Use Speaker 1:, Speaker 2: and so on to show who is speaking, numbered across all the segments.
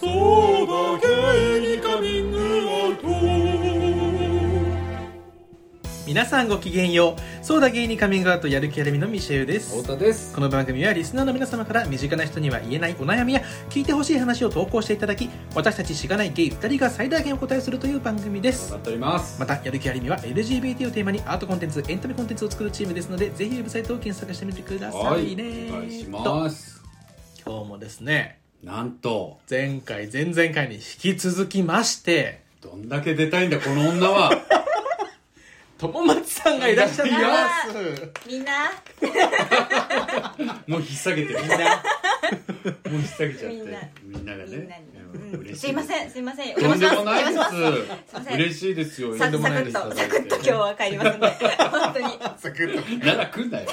Speaker 1: そうだゲイにカミングアウト
Speaker 2: 皆さんごきげんようそうだ芸人カミングアウトやる気ありみのミシェルです
Speaker 3: 太田です
Speaker 2: この番組はリスナーの皆様から身近な人には言えないお悩みや聞いてほしい話を投稿していただき私たちしがないゲイ2人が最大限お答えするという番組です
Speaker 3: なっております
Speaker 2: またやる気ありみは LGBT をテーマにアートコンテンツエンタメコンテンツを作るチームですのでぜひウェブサイトを検索してみてくださいね
Speaker 3: お願いし
Speaker 2: と
Speaker 3: ます
Speaker 2: 今日もですね
Speaker 3: なんと
Speaker 2: 前回前々回に引き続きまして
Speaker 3: どんだけ出たいんだこの女 は
Speaker 2: 友松さんがいらっしゃってま
Speaker 3: いや
Speaker 2: す
Speaker 4: みんな
Speaker 3: もう引っ提げてる
Speaker 2: みんな
Speaker 3: もう引っ提げちゃって
Speaker 4: みんな
Speaker 3: みんなが
Speaker 4: みんな
Speaker 3: ね
Speaker 4: に、
Speaker 3: うん嬉し
Speaker 4: すいませんすいませんお
Speaker 3: とんで
Speaker 4: 邪
Speaker 3: も
Speaker 4: 魔
Speaker 3: ない
Speaker 4: し
Speaker 3: で
Speaker 4: ます
Speaker 3: す
Speaker 4: ません
Speaker 3: 嬉しいですよ
Speaker 4: サ
Speaker 3: と
Speaker 4: ク
Speaker 3: んでもない
Speaker 4: サク
Speaker 3: で
Speaker 4: っと
Speaker 3: す
Speaker 4: サクッと今日は帰りますんで本当に
Speaker 2: サクッと
Speaker 3: なら来んなよ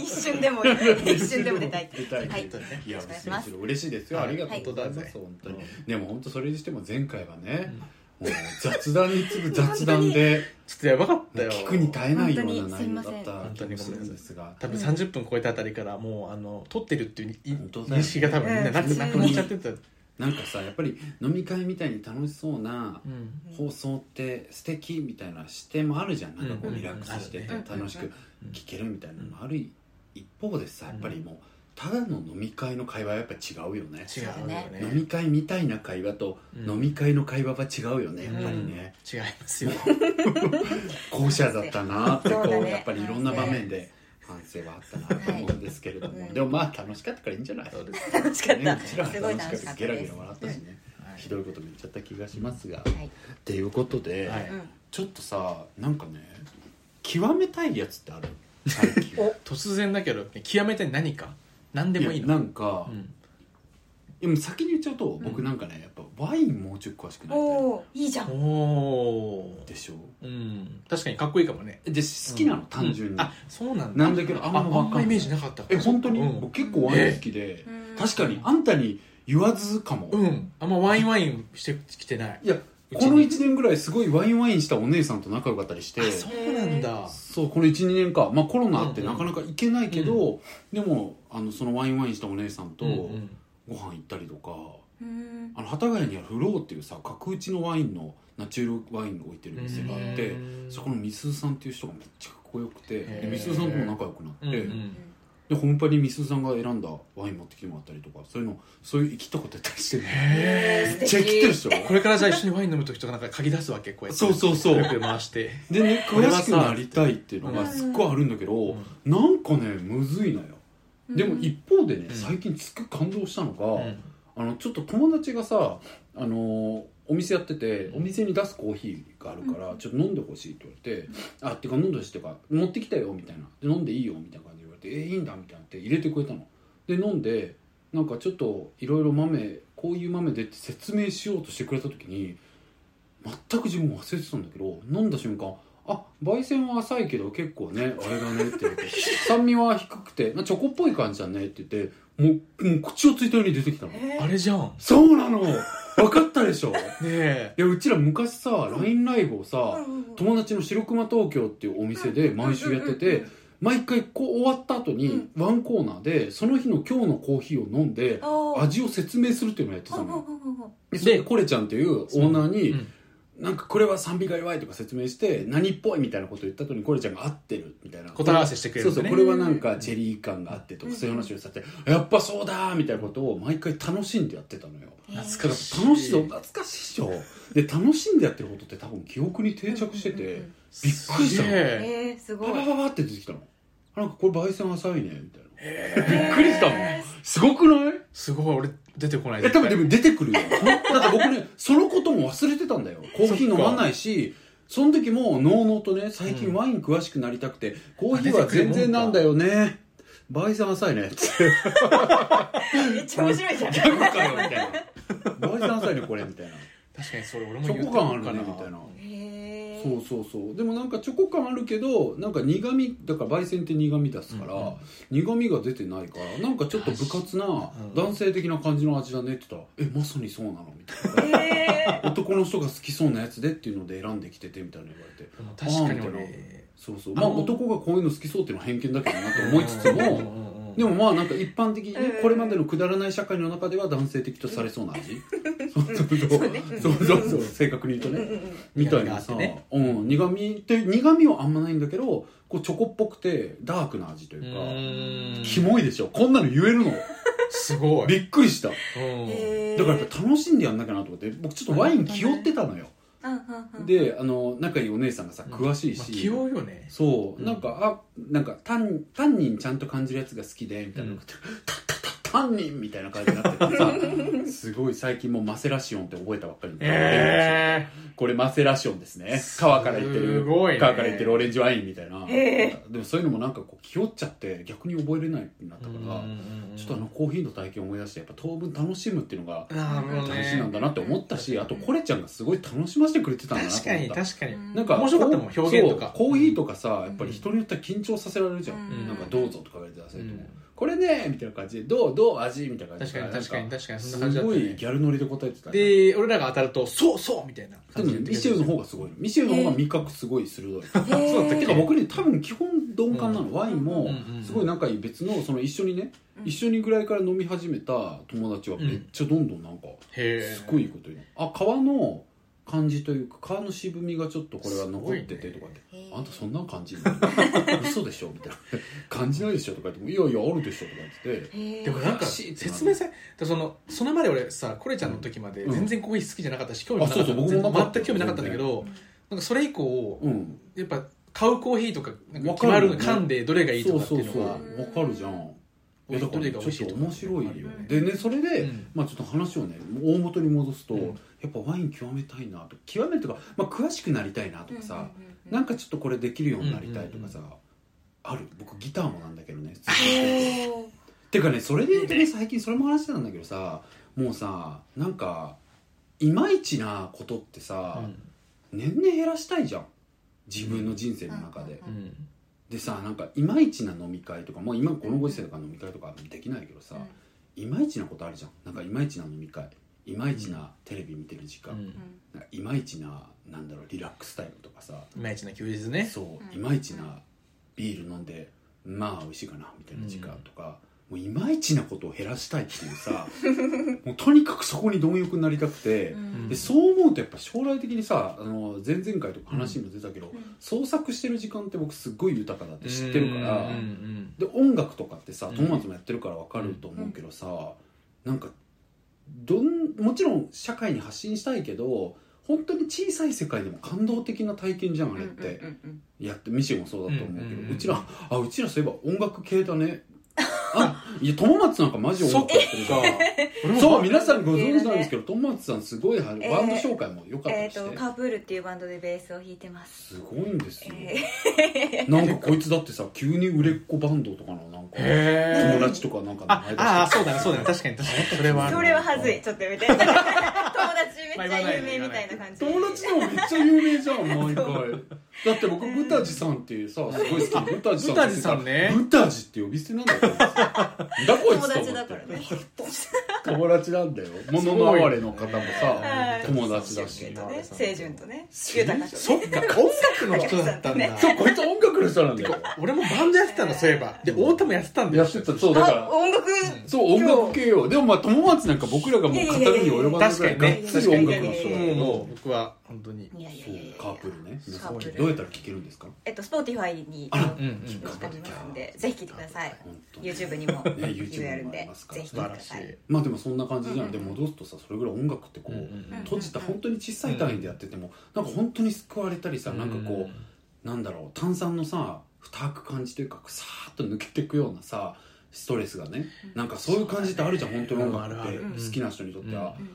Speaker 4: 一瞬でも一瞬でも出たい
Speaker 3: 出 たい
Speaker 4: はい
Speaker 3: いや
Speaker 4: お願いします
Speaker 3: 嬉しいですよ、
Speaker 2: はい
Speaker 3: ありがとうございます、
Speaker 2: はい
Speaker 3: 本当に、でも本当それにしても前回はね、もう雑談に次ぐ雑談で
Speaker 2: ちょっとやばかったよ
Speaker 3: 聞くに耐えないような内容だった
Speaker 2: 本当
Speaker 3: 気
Speaker 2: に
Speaker 3: も
Speaker 2: す
Speaker 3: す
Speaker 2: いません
Speaker 3: るんですが
Speaker 2: 多分30分超えたあたりからもうあの撮ってるっていうい
Speaker 3: 本当だよ
Speaker 2: 認識が多分みんななく
Speaker 4: うん
Speaker 2: なくなっちゃってた、
Speaker 3: なんかさやっぱり飲み会みたいに楽しそうな
Speaker 2: うん
Speaker 4: うん
Speaker 3: 放送って素敵みたいな視点もあるじゃんなんかこ
Speaker 2: う
Speaker 3: うんリラックスしてて
Speaker 4: うん
Speaker 3: 楽しく
Speaker 2: うん
Speaker 3: 聴けるみたいなのもある一方でさやっぱりもうただの飲み会の会話はやっぱ違うよね
Speaker 2: 違うよね
Speaker 3: 飲み会みたいな会話と
Speaker 2: うん
Speaker 3: 飲み会の会話は違うよねやっぱりね
Speaker 2: 違いますよ
Speaker 3: 後者だったなってこ
Speaker 4: そうだ
Speaker 3: う
Speaker 4: ね
Speaker 3: やっぱりいろんな場面で反省はあったなと思うんですけれど
Speaker 4: は
Speaker 3: も
Speaker 4: い
Speaker 3: でもまあ楽しかったからいいんじゃない
Speaker 2: そうです
Speaker 4: 楽しかった
Speaker 3: ねうちらは
Speaker 4: すごい楽しかったです
Speaker 3: ゲラゲラ笑ったしね
Speaker 2: はい
Speaker 3: ひどいことも言っちゃった気がしますが
Speaker 4: はい
Speaker 3: っていうことで、
Speaker 2: は
Speaker 4: う
Speaker 2: い
Speaker 4: ん
Speaker 3: ちょっとさなんかね極めたいやつってある最 近
Speaker 2: 突然だけど極めて何か何でもいい
Speaker 3: や
Speaker 2: の
Speaker 3: なんか、
Speaker 2: うん
Speaker 3: でも先に言っちゃうと、僕なんかねやっぱワインもうちょい詳しくなりたい
Speaker 4: おおいいじゃん
Speaker 2: おー
Speaker 3: でしょ
Speaker 2: うん確かにかっこいいかもね
Speaker 3: で好きなの、単純に、
Speaker 2: うんあそうなんだ
Speaker 3: なんだけどあ
Speaker 2: あ
Speaker 3: んま
Speaker 2: あ
Speaker 3: 分
Speaker 2: ん
Speaker 3: かん
Speaker 2: ま
Speaker 3: ない
Speaker 2: イメージなかった
Speaker 3: え本当に、
Speaker 2: うん
Speaker 3: 僕結構ワイン好きで、
Speaker 4: うん
Speaker 3: 確かにあんたに言わずかも、
Speaker 2: う
Speaker 3: い
Speaker 2: んあんまワインワインしてきてない
Speaker 3: やこの1年ぐらいすごいワインワインしたお姉さんと仲良かったりして
Speaker 2: あそうなんだ
Speaker 3: そうこの12年か、まあ、コロナあって
Speaker 2: うんう
Speaker 3: なんかなか行けないけど、でもあのそのワインワインしたお姉さんと
Speaker 2: うん
Speaker 3: ご
Speaker 2: うん
Speaker 3: 飯行ったりとか、
Speaker 4: うん
Speaker 3: あの幡ヶ谷にあるフローっていうさ角打ちのワインのナチュラルワインを置いてる店があって、
Speaker 2: うん
Speaker 3: そこのみすゞさんっていう人がめっちゃかっこよくて
Speaker 2: へ
Speaker 3: で
Speaker 2: ー
Speaker 3: みすゞさんとも仲良くなって、
Speaker 2: うんう
Speaker 4: うんん
Speaker 3: で本場にみすゞさんが選んだワイン持ってきてもらったりとかそういうのそういう生きたことやったりしてめ
Speaker 2: へ
Speaker 4: 素
Speaker 3: っちゃ生きてるで
Speaker 4: 敵
Speaker 3: しょ
Speaker 2: これからじゃあ一緒にワイン飲む時とかなんか嗅ぎ出すわけこうやって
Speaker 3: そうそうそう
Speaker 2: よく回して
Speaker 3: でね
Speaker 2: これ
Speaker 3: 詳
Speaker 2: はさ
Speaker 3: しくなりたいっていうのがすっごいあるんだけど、
Speaker 2: ん
Speaker 3: なんかねむずいのよでも一方でね、
Speaker 2: うん
Speaker 3: 最近すっごい感動したのが、
Speaker 2: うん
Speaker 3: あのちょっと友達がさあのーお店やってて
Speaker 2: うん
Speaker 3: お店に出すコーヒーがあるからちょっと飲んでほしいって言われて「あってか飲んでほしい」ってか「持ってきたよ」みたいな「で飲んでいいよ」みたいな感じで言われて「えいいんだ」みたいなって入れてくれたので飲んでなんかちょっといろいろ豆こういう豆でって説明しようとしてくれた時に全く自分忘れてたんだけど飲んだ瞬間あ焙煎は浅いけど結構ねあれだねって言って酸味は低くてなチョコっぽい感じだねって言ってもうもう口をついたように出てきたの
Speaker 4: えー
Speaker 2: あれじゃん
Speaker 3: そうなの分かったでしょい
Speaker 2: ねえ
Speaker 3: やうちら昔さ LINE ライブを
Speaker 4: うん
Speaker 3: さ
Speaker 4: うんうん
Speaker 3: 友達の白熊東京っていうお店で毎週やって
Speaker 4: うんうん
Speaker 3: て
Speaker 4: うん
Speaker 3: 毎回こう終わった後にワンコーナーでその日の今日のコーヒーを飲んで
Speaker 4: おー
Speaker 3: 味を説明するっていうのをやってた
Speaker 4: ほう
Speaker 3: の
Speaker 4: ほう
Speaker 3: よ
Speaker 4: ほうほうほう
Speaker 3: でコレちゃんっていうオーナーに
Speaker 2: うん
Speaker 3: なんかこれは賛美が弱いとか説明して何っぽいみたいなこと言った後にコレちゃんが合ってるみたいな
Speaker 2: 答え合わせしてくれる
Speaker 3: そ
Speaker 2: ん
Speaker 3: う
Speaker 2: だ
Speaker 3: そう
Speaker 2: ね
Speaker 3: これはなんかチェリー感があってとかそういう話をさせてやっぱそうだーみたいなことを毎回楽しんでやってたのよ
Speaker 4: えー
Speaker 3: だ
Speaker 2: 懐
Speaker 3: から楽しそう懐かしいっしょで楽しんでやってることって多分記憶に定着して
Speaker 4: うんうん
Speaker 3: てびっ
Speaker 4: うん
Speaker 3: くりしたの
Speaker 2: すげえ
Speaker 4: えーす
Speaker 3: バ
Speaker 4: ごい
Speaker 3: ババババって出てきたのあなんかこれ焙煎浅いねみたいな
Speaker 2: へ
Speaker 3: びっくりしたもんすごくない
Speaker 2: すごい俺出てこない
Speaker 3: え多分で
Speaker 2: 絶
Speaker 3: も出てくるよだって僕ね そのことも忘れてたんだよコーヒー飲まないしその時ものうのうとね最近ワイン詳しくなりたくて、コーヒーは全然なんだよね 焙煎浅いねって
Speaker 4: めっちゃ面白いじゃん
Speaker 3: ギャグかよみたいな焙煎浅いねこれみたいな
Speaker 2: 対確かにそれ俺も
Speaker 3: チ
Speaker 2: 言う
Speaker 3: ョコ感あるねみたいな
Speaker 4: へー
Speaker 3: そうそうそうでもなんかチョコ感あるけどなんか苦味だから焙煎って苦味出すから、
Speaker 2: うんうん
Speaker 3: 苦味が出てないからなんかちょっと部活な
Speaker 2: うん
Speaker 3: 男性的な感じの味だねって言ったら「えまさにそうなの?」みたい
Speaker 4: へー
Speaker 3: な男の人が好きそうなやつでっていうので選んできててみたいな言われて
Speaker 2: でも確かに
Speaker 3: あーみたいな
Speaker 2: 俺
Speaker 3: そうそうまあ
Speaker 2: あの
Speaker 3: 男がこういうの好きそうっていうのは偏見だけどなと思いつつ
Speaker 2: うんうん
Speaker 3: も
Speaker 2: うんうん
Speaker 3: でもまあなんか一般的にね
Speaker 4: うん
Speaker 3: これまでのくだらない社会の中では男性的とされそうな味そうそう
Speaker 4: そうね
Speaker 3: そうそうそうそう正確に言うと
Speaker 4: うんう
Speaker 3: ね
Speaker 4: ん
Speaker 3: みたいなさ、
Speaker 2: 苦味があってね
Speaker 3: うん、苦味って苦味はあんまないんだけどこうチョコっぽくてダークな味と
Speaker 2: う
Speaker 3: いうか
Speaker 2: ーん
Speaker 3: キモいでしょこんなの言えるの
Speaker 2: すごい
Speaker 3: びっくりしただ
Speaker 2: うん
Speaker 4: へー
Speaker 3: からやっぱ楽しんでやんなきゃなと思って僕ちょっとワイン気負ってたのよ
Speaker 4: うんうんうん
Speaker 3: であの仲いいお姉さんがさ詳しい
Speaker 2: まあ
Speaker 3: し、
Speaker 2: 器用よね
Speaker 3: そう、
Speaker 2: うん
Speaker 3: なんかあなんかタンタンニンちゃんと感じるやつが好きでみたいな、
Speaker 2: うん
Speaker 3: タタタタンニンみたいな感じになっててさすごい最近もうマセラシオンって覚えたばっかりで
Speaker 2: え
Speaker 3: これマセラシオンですね川からいって
Speaker 2: す
Speaker 3: る
Speaker 2: ごいね
Speaker 3: 川からいってるオレンジワインみたいな、
Speaker 4: え
Speaker 3: でもそういうのもなんかこう気負っちゃって逆に覚えれないってなった
Speaker 2: ー
Speaker 3: から、
Speaker 2: うん
Speaker 3: ちょっとあのコーヒーの体験を思い出してやっぱ当分楽しむっていうのが
Speaker 2: なるほど
Speaker 3: 楽
Speaker 2: ね
Speaker 3: しいなんだなって思ったし、あとコレちゃんがすごい楽しませてくれてたんだなと思っ
Speaker 2: 確
Speaker 3: た
Speaker 2: かに確かに
Speaker 4: うん
Speaker 3: なんか
Speaker 2: 面白かったもん
Speaker 3: こう
Speaker 2: 表現とか
Speaker 3: そうコーヒーとかさやっぱり人によっては緊張させられるじゃん、
Speaker 4: うん
Speaker 3: なんか「どうぞ」とか言われて出せ
Speaker 2: う
Speaker 3: ると思う、
Speaker 2: ん
Speaker 3: これねみたいな感じで「どうどう味」みたいな感
Speaker 2: 確
Speaker 3: じ
Speaker 2: か
Speaker 3: で
Speaker 2: に確かに確かにそんな
Speaker 3: なん
Speaker 2: 感じ
Speaker 3: す
Speaker 2: だっ
Speaker 3: ご
Speaker 2: た
Speaker 3: い
Speaker 2: ね
Speaker 3: ギャルノリで答えてたで
Speaker 2: で俺らが当たるとそうそうみたいな
Speaker 3: で
Speaker 2: 感
Speaker 3: も
Speaker 2: じで言っ
Speaker 3: ミシ
Speaker 2: てくれ
Speaker 3: ェ
Speaker 2: る
Speaker 3: ルの方がすごいのミシェルの方が味覚すごい鋭い、
Speaker 4: へー
Speaker 2: そうだったっ
Speaker 3: て
Speaker 2: け
Speaker 3: か僕ね多分基本鈍感なの、
Speaker 2: う
Speaker 3: ワイン
Speaker 2: う
Speaker 3: も
Speaker 2: んうんうん
Speaker 3: すごい仲いい別のその一緒にね、
Speaker 4: うん
Speaker 3: 一緒にぐらいから飲み始めた友達はめっちゃどんどんなんか
Speaker 2: へ
Speaker 3: すごいいいこと言うのあ皮の感じというか皮の渋みがちょっとこれは残っててとかって、
Speaker 4: すごいね
Speaker 3: あんたそんなん感じるの 嘘でしょみたいな感じないでしょとか言ってもいやいやあるでしょとか言ってて
Speaker 4: へー
Speaker 2: でもなんか
Speaker 3: おかしいってなる
Speaker 2: 説明さでそのその前で俺さコレちゃんの時まで
Speaker 3: うん
Speaker 2: 全然コーヒー好きじゃなかったし興味もなか
Speaker 3: あ
Speaker 2: った
Speaker 3: そうそう僕もなかった
Speaker 2: 全く興味なかったんだけどなんかそれ以降
Speaker 3: うん
Speaker 2: やっぱ買うコーヒーとかなんか
Speaker 3: わ
Speaker 2: 決
Speaker 3: かる
Speaker 2: ま
Speaker 3: よね
Speaker 2: るの噛んでどれがいい
Speaker 3: そ
Speaker 2: と
Speaker 3: う
Speaker 2: かって
Speaker 3: そう
Speaker 2: いう
Speaker 3: そう
Speaker 2: の
Speaker 3: わ
Speaker 2: が
Speaker 3: かるじゃんい
Speaker 2: 美
Speaker 3: や
Speaker 2: 味
Speaker 3: だ
Speaker 2: し
Speaker 3: からちょっ
Speaker 2: いどれが美味しいと
Speaker 3: と
Speaker 2: か
Speaker 3: 面白いよ
Speaker 2: ある
Speaker 3: ねでねそれで、
Speaker 2: うん
Speaker 3: まあちょっと話をね大元に戻すと、
Speaker 2: うん
Speaker 3: やっぱワイン極めたいなと極めるとか、まあ、詳しくなりたいなとかさ、なんかちょっとこれできるようになりたいとかさ、
Speaker 2: うんう
Speaker 3: ある僕ギターもなんだけ どね
Speaker 4: へー
Speaker 3: てかねそれで言うとね最近それも話してたんだけどさもうさなんかいまいちなことってさ、年々減らしたいじゃん自分の人生の中で、
Speaker 4: うん
Speaker 2: うん
Speaker 3: でさなんかいまいちな飲み会とかもう今このご時世だから飲み会とかできないけどさ、いまいちなことあるじゃんなんかいまいちな飲み会いまいちなテレビ見てる時
Speaker 2: う
Speaker 3: 間、
Speaker 2: ん
Speaker 3: なんかいまいちななんだろうリラックスタイムとかさ、
Speaker 2: いまいちな休日ね
Speaker 3: そう
Speaker 4: うん
Speaker 3: いまいちなビール飲んでまあ美味しいかなみたいな時間とか、もういまいちなことを減らしたいっていうさ もうとにかくそこに貪欲になりたくて、
Speaker 4: うん
Speaker 3: でそう思うとやっぱ将来的にさあの前々回とか話にも出たけど、
Speaker 4: うん
Speaker 3: 創作してる時間って僕すっごい豊かだって知ってるから、
Speaker 2: うんうん
Speaker 3: で音楽とかってさ
Speaker 2: うん
Speaker 3: 友達もやってるから分かると思うけどさ、なんかどんもちろん社会に発信したいけど本当に小さい世界でも感動的な体験じゃんあれって。
Speaker 4: うんうん
Speaker 3: やってミシェルもそうだと思うけど、
Speaker 2: う
Speaker 3: うん
Speaker 2: うんうん
Speaker 3: ちらあうちらそういえば音楽系だねあいや友松なんかマジ音楽やってるじゃん
Speaker 2: 俺も
Speaker 3: そう皆さんご存知なんですけど友松さんすごいはバンド
Speaker 4: えー
Speaker 3: 紹介も良か
Speaker 4: うん
Speaker 3: った
Speaker 4: え
Speaker 3: り
Speaker 4: っ
Speaker 3: して、
Speaker 4: とカープールっていうバンドでベースを弾いてます
Speaker 3: すごいんですよ、
Speaker 4: え
Speaker 3: なんかこいつだってさ急に売れっ子バンドとかのなんか
Speaker 2: へー
Speaker 3: 友達とかなんか
Speaker 2: ああーそうだねそうだね確かに確かにそれはあ
Speaker 4: ー
Speaker 2: る
Speaker 4: それははずいちょっとみたいな友達めっちゃ有名みたいな感じ
Speaker 3: 友達でもめっちゃ有名 じゃん毎回だって僕ブタジさんっていうさすごい好きブタジさん
Speaker 2: ブタジさんね
Speaker 3: ブタジって呼び捨てなんだよこいつなんだこいつと思っ
Speaker 4: 友
Speaker 3: て
Speaker 4: 達だからね
Speaker 3: 友達なんだよもののあれの方もさ
Speaker 4: はい
Speaker 3: 友達だし
Speaker 4: 清純とね清純とね豊か
Speaker 2: そっか音楽の人だったんだ
Speaker 3: そうこいつ音楽の人なんだよ
Speaker 2: 俺もバンドやってたのそういえばで太田もやってたんだ
Speaker 3: や
Speaker 2: よ
Speaker 3: ってたそうだか
Speaker 4: あ
Speaker 3: ら
Speaker 4: 音楽
Speaker 3: そう音楽系よでもまあ友達なんか僕らがもう語るに及ばないぐらい
Speaker 2: いやい
Speaker 3: が
Speaker 2: や
Speaker 3: っ
Speaker 2: いや
Speaker 3: つり音楽の人だ
Speaker 2: も
Speaker 3: け
Speaker 2: う
Speaker 3: ど
Speaker 2: もう僕は本当に
Speaker 4: いやいや
Speaker 3: そ
Speaker 4: いうやいや
Speaker 3: カープルね皆さん
Speaker 4: カープル
Speaker 3: どうやったら聴けるんですか
Speaker 4: えっと Spotify に
Speaker 3: あら
Speaker 2: うんうん
Speaker 4: 聞くありますんでぜひ聞いてください
Speaker 3: 本当に
Speaker 4: YouTube にも
Speaker 3: YouTube もあり
Speaker 4: で
Speaker 3: ますから
Speaker 4: ぜひ
Speaker 2: 素
Speaker 4: 聞
Speaker 2: 晴
Speaker 4: いてく
Speaker 2: ら
Speaker 4: だ
Speaker 2: し
Speaker 4: さい
Speaker 2: い
Speaker 3: まあでもそんな感じじゃ
Speaker 4: うん
Speaker 3: んで戻すとさそれぐらい音楽ってこ
Speaker 2: う
Speaker 3: う
Speaker 2: んうんうん
Speaker 3: 閉じた本当に小さい単位でやっててもなんか本当に救われたりさなんかこうなんだろう炭酸のさ蓋く感じというかさーっと抜けていくようなさストレスがねなんかそういう感じってあるじゃん、
Speaker 2: そうだ
Speaker 3: 本
Speaker 2: ね
Speaker 3: 当に音楽
Speaker 2: あ
Speaker 3: って
Speaker 2: るある
Speaker 3: 好きな人にとっては、
Speaker 4: うん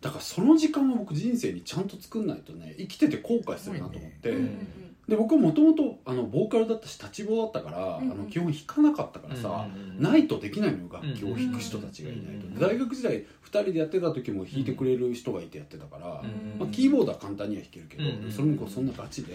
Speaker 3: だからその時間を僕人生にちゃんと作んないとね生きてて後悔するなと思って、
Speaker 4: うんうん
Speaker 3: で僕はもともとあのボーカルだったし立ち棒だったから、
Speaker 4: うん
Speaker 3: あの基本弾かなかったからさ、ないとできないのよ楽器を弾く人たちがいないと、
Speaker 2: うん
Speaker 3: で大学時代2人でやってた時も弾いてくれる人がいてやってたから、
Speaker 4: うん
Speaker 3: まあ、キーボードは簡単には弾けるけど、
Speaker 2: うん
Speaker 3: それもこうそんなガチで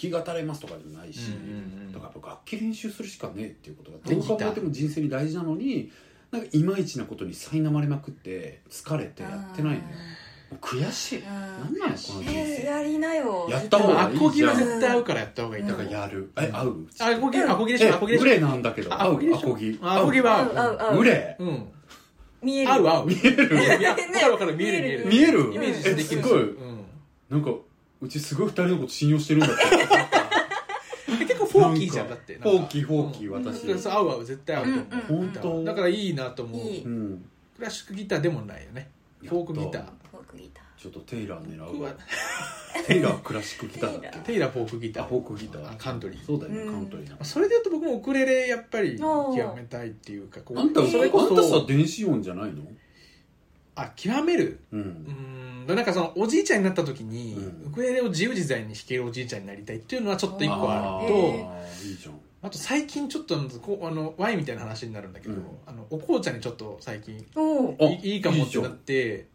Speaker 3: 弾き語れますとかでもないし、
Speaker 2: うん
Speaker 3: だからやっぱ楽器練習するしかねえっていうことが
Speaker 2: で
Speaker 3: ど
Speaker 2: き
Speaker 3: う
Speaker 2: た
Speaker 3: 考えても人生に大事なのになんかいまいちなことに苛まれまくって疲れてやってないのよ
Speaker 4: あ
Speaker 3: う悔しいなんなんやこの人
Speaker 4: えー
Speaker 3: 生
Speaker 4: やりなよ
Speaker 3: やった
Speaker 2: 多
Speaker 3: 方
Speaker 2: 分
Speaker 3: が
Speaker 2: ア
Speaker 3: いい
Speaker 2: コギ
Speaker 3: じゃ
Speaker 2: は
Speaker 3: ん
Speaker 2: 絶対合うからやった方がいいと
Speaker 3: だ
Speaker 2: 思
Speaker 3: か
Speaker 2: う
Speaker 3: らやるえ合う
Speaker 2: アコギアコギでし
Speaker 3: え
Speaker 2: ょアコギでし
Speaker 3: グ
Speaker 2: ょ
Speaker 3: レーなんだけど
Speaker 2: あアコギでしょ
Speaker 3: 合うアコギ
Speaker 2: あアコギは
Speaker 4: 合う合う合う
Speaker 3: グレ
Speaker 2: うん
Speaker 4: 見える
Speaker 2: 合う合う見えるいや
Speaker 4: ね
Speaker 2: 分かる分かる見える見え
Speaker 4: 見え
Speaker 2: る
Speaker 4: る
Speaker 3: ー見える
Speaker 2: イメージ
Speaker 3: え
Speaker 2: でき
Speaker 3: す
Speaker 2: る
Speaker 3: ごい
Speaker 2: うん
Speaker 3: なんかうちすごい二人のこと信用してるんだって
Speaker 2: え結構フォーキーじゃんだって
Speaker 3: フォーキーフォーキー
Speaker 2: は
Speaker 3: 私
Speaker 2: そう合う合う絶対合うと思う
Speaker 3: 本当
Speaker 2: だからいいなと思う
Speaker 4: いい
Speaker 3: うん
Speaker 2: クラシックギターでもないよねフォークギター
Speaker 4: フォークギター
Speaker 3: ちょっとテイラー狙
Speaker 2: 僕
Speaker 3: うわ
Speaker 2: は
Speaker 3: テイラークラシックギターだっけ
Speaker 2: テイラーフォークギタ
Speaker 3: あ
Speaker 2: ー
Speaker 3: フォークギター
Speaker 2: あカントリー
Speaker 3: そうだよね
Speaker 4: うん
Speaker 3: カントリーな
Speaker 2: それで言うと僕もウクレレやっぱり
Speaker 4: お
Speaker 2: 極
Speaker 4: ー
Speaker 2: めたいっていうかこう
Speaker 3: あんたあ
Speaker 4: えそれ
Speaker 2: こそ
Speaker 3: んたさ電子音じゃないの
Speaker 2: あ極める
Speaker 3: う
Speaker 2: うんんなんかそのおじいちゃんになった時に、
Speaker 3: うん
Speaker 2: ウクレレを自由自在に弾けるおじいちゃんになりたいっていうのはちょっと一個あ
Speaker 3: あー
Speaker 2: ると
Speaker 4: え
Speaker 2: あ
Speaker 3: いいじゃん
Speaker 2: と最近ちょっとこうあのワインみたいな話になるんだけど、
Speaker 3: うん
Speaker 2: あのお紅茶にちょっと最近
Speaker 4: お
Speaker 3: あ
Speaker 2: いいいかもってなって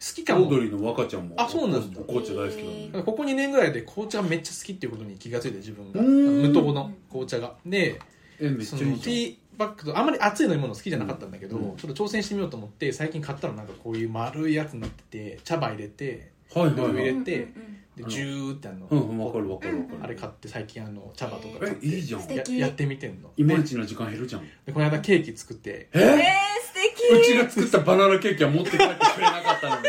Speaker 2: 好きか
Speaker 3: オー
Speaker 2: も
Speaker 3: ドリーの若ちゃんも
Speaker 2: あそうなんだ
Speaker 3: お紅茶大好きなんだよ
Speaker 2: ここ2年ぐらいで紅茶がめっちゃ好きっていうことに気がついて自分が
Speaker 3: うーん
Speaker 2: 無糖の紅茶がで
Speaker 3: えめっち
Speaker 2: そ
Speaker 3: ゃ
Speaker 2: の
Speaker 3: い
Speaker 2: テ
Speaker 3: い
Speaker 2: ィ
Speaker 3: じ
Speaker 2: ーバッグとあんまり熱い飲み物好きじゃなかったんだけど、
Speaker 3: うん
Speaker 2: ちょっと挑戦してみようと思って最近買ったのなんかこういう丸いやつになってて茶葉入れて
Speaker 3: ゃんはい
Speaker 2: ティー
Speaker 3: はいはい
Speaker 2: 入れて
Speaker 3: あ
Speaker 2: で
Speaker 3: の
Speaker 2: ジューってあの、
Speaker 3: うんうんわかるわかるわかる
Speaker 2: あれ買って最近あの茶葉とか買って
Speaker 3: えいいじゃん
Speaker 2: ややってみてんの
Speaker 3: いまい
Speaker 2: で
Speaker 3: ちの時間減るじゃん
Speaker 2: でこの間ケーキ作って
Speaker 3: え
Speaker 4: えー
Speaker 3: ー
Speaker 4: 素
Speaker 3: う
Speaker 4: 敵
Speaker 3: ちが作ったバナナケーキは持って帰ってくれなか ったのに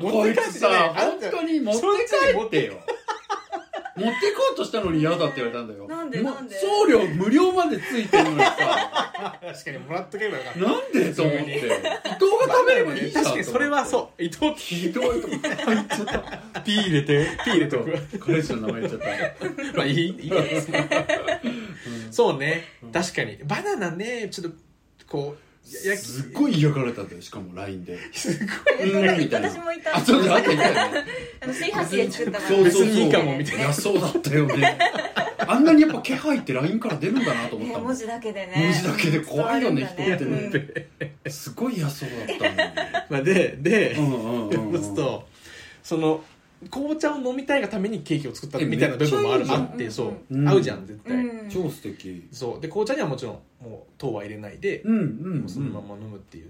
Speaker 3: こいつさ本当に持って帰ってよ持ってこうとしたのに嫌だって言われたんだよ
Speaker 4: なんで
Speaker 3: もう
Speaker 4: なんで
Speaker 3: 送料無料までついてるのに さ
Speaker 2: 確かにもらっとけばよかった
Speaker 3: なんでと思って伊藤が食べればいいじゃん
Speaker 2: 確かにそれは
Speaker 3: う
Speaker 2: そう伊藤
Speaker 3: ひどいとこ入っちゃったピー入れて
Speaker 2: ピー入れとく
Speaker 3: 彼氏の名前言っちゃった
Speaker 2: まあいいいいですね、 そうね確かにバナナねちょっとこうや
Speaker 3: すっごい嫌がられたんだよしかも LINE で
Speaker 2: すごい
Speaker 3: うんみたいな
Speaker 4: 私もいた
Speaker 3: あそうだあったいたよね
Speaker 4: あの炊飯器で作ったから
Speaker 3: そうそうそう
Speaker 2: 別にいいかもみたい
Speaker 3: いやそうだったよねあんなにやっぱ気配って LINE から出るんだなと思っ
Speaker 4: ね
Speaker 3: たも
Speaker 4: 文
Speaker 3: ん
Speaker 4: 字だけでね
Speaker 3: 文字だけで怖いよね
Speaker 4: 伝わるん
Speaker 3: 人
Speaker 4: だ
Speaker 3: ってすごい嫌そうだった
Speaker 2: まあでで、
Speaker 3: もんうんうんうんうん
Speaker 2: そうするとその紅茶を飲みたいがためにケーキを作ったみたいな部分もある
Speaker 3: えめっちゃいいじゃ
Speaker 2: あ
Speaker 3: ん
Speaker 2: ってそう、
Speaker 3: うん
Speaker 2: 合うじゃん絶対、
Speaker 4: うん
Speaker 3: 超素敵
Speaker 2: そうで紅茶にはもちろんもう糖は入れないで、
Speaker 3: うんうん
Speaker 2: もう
Speaker 3: う
Speaker 2: その
Speaker 3: ん
Speaker 2: まま飲むっていう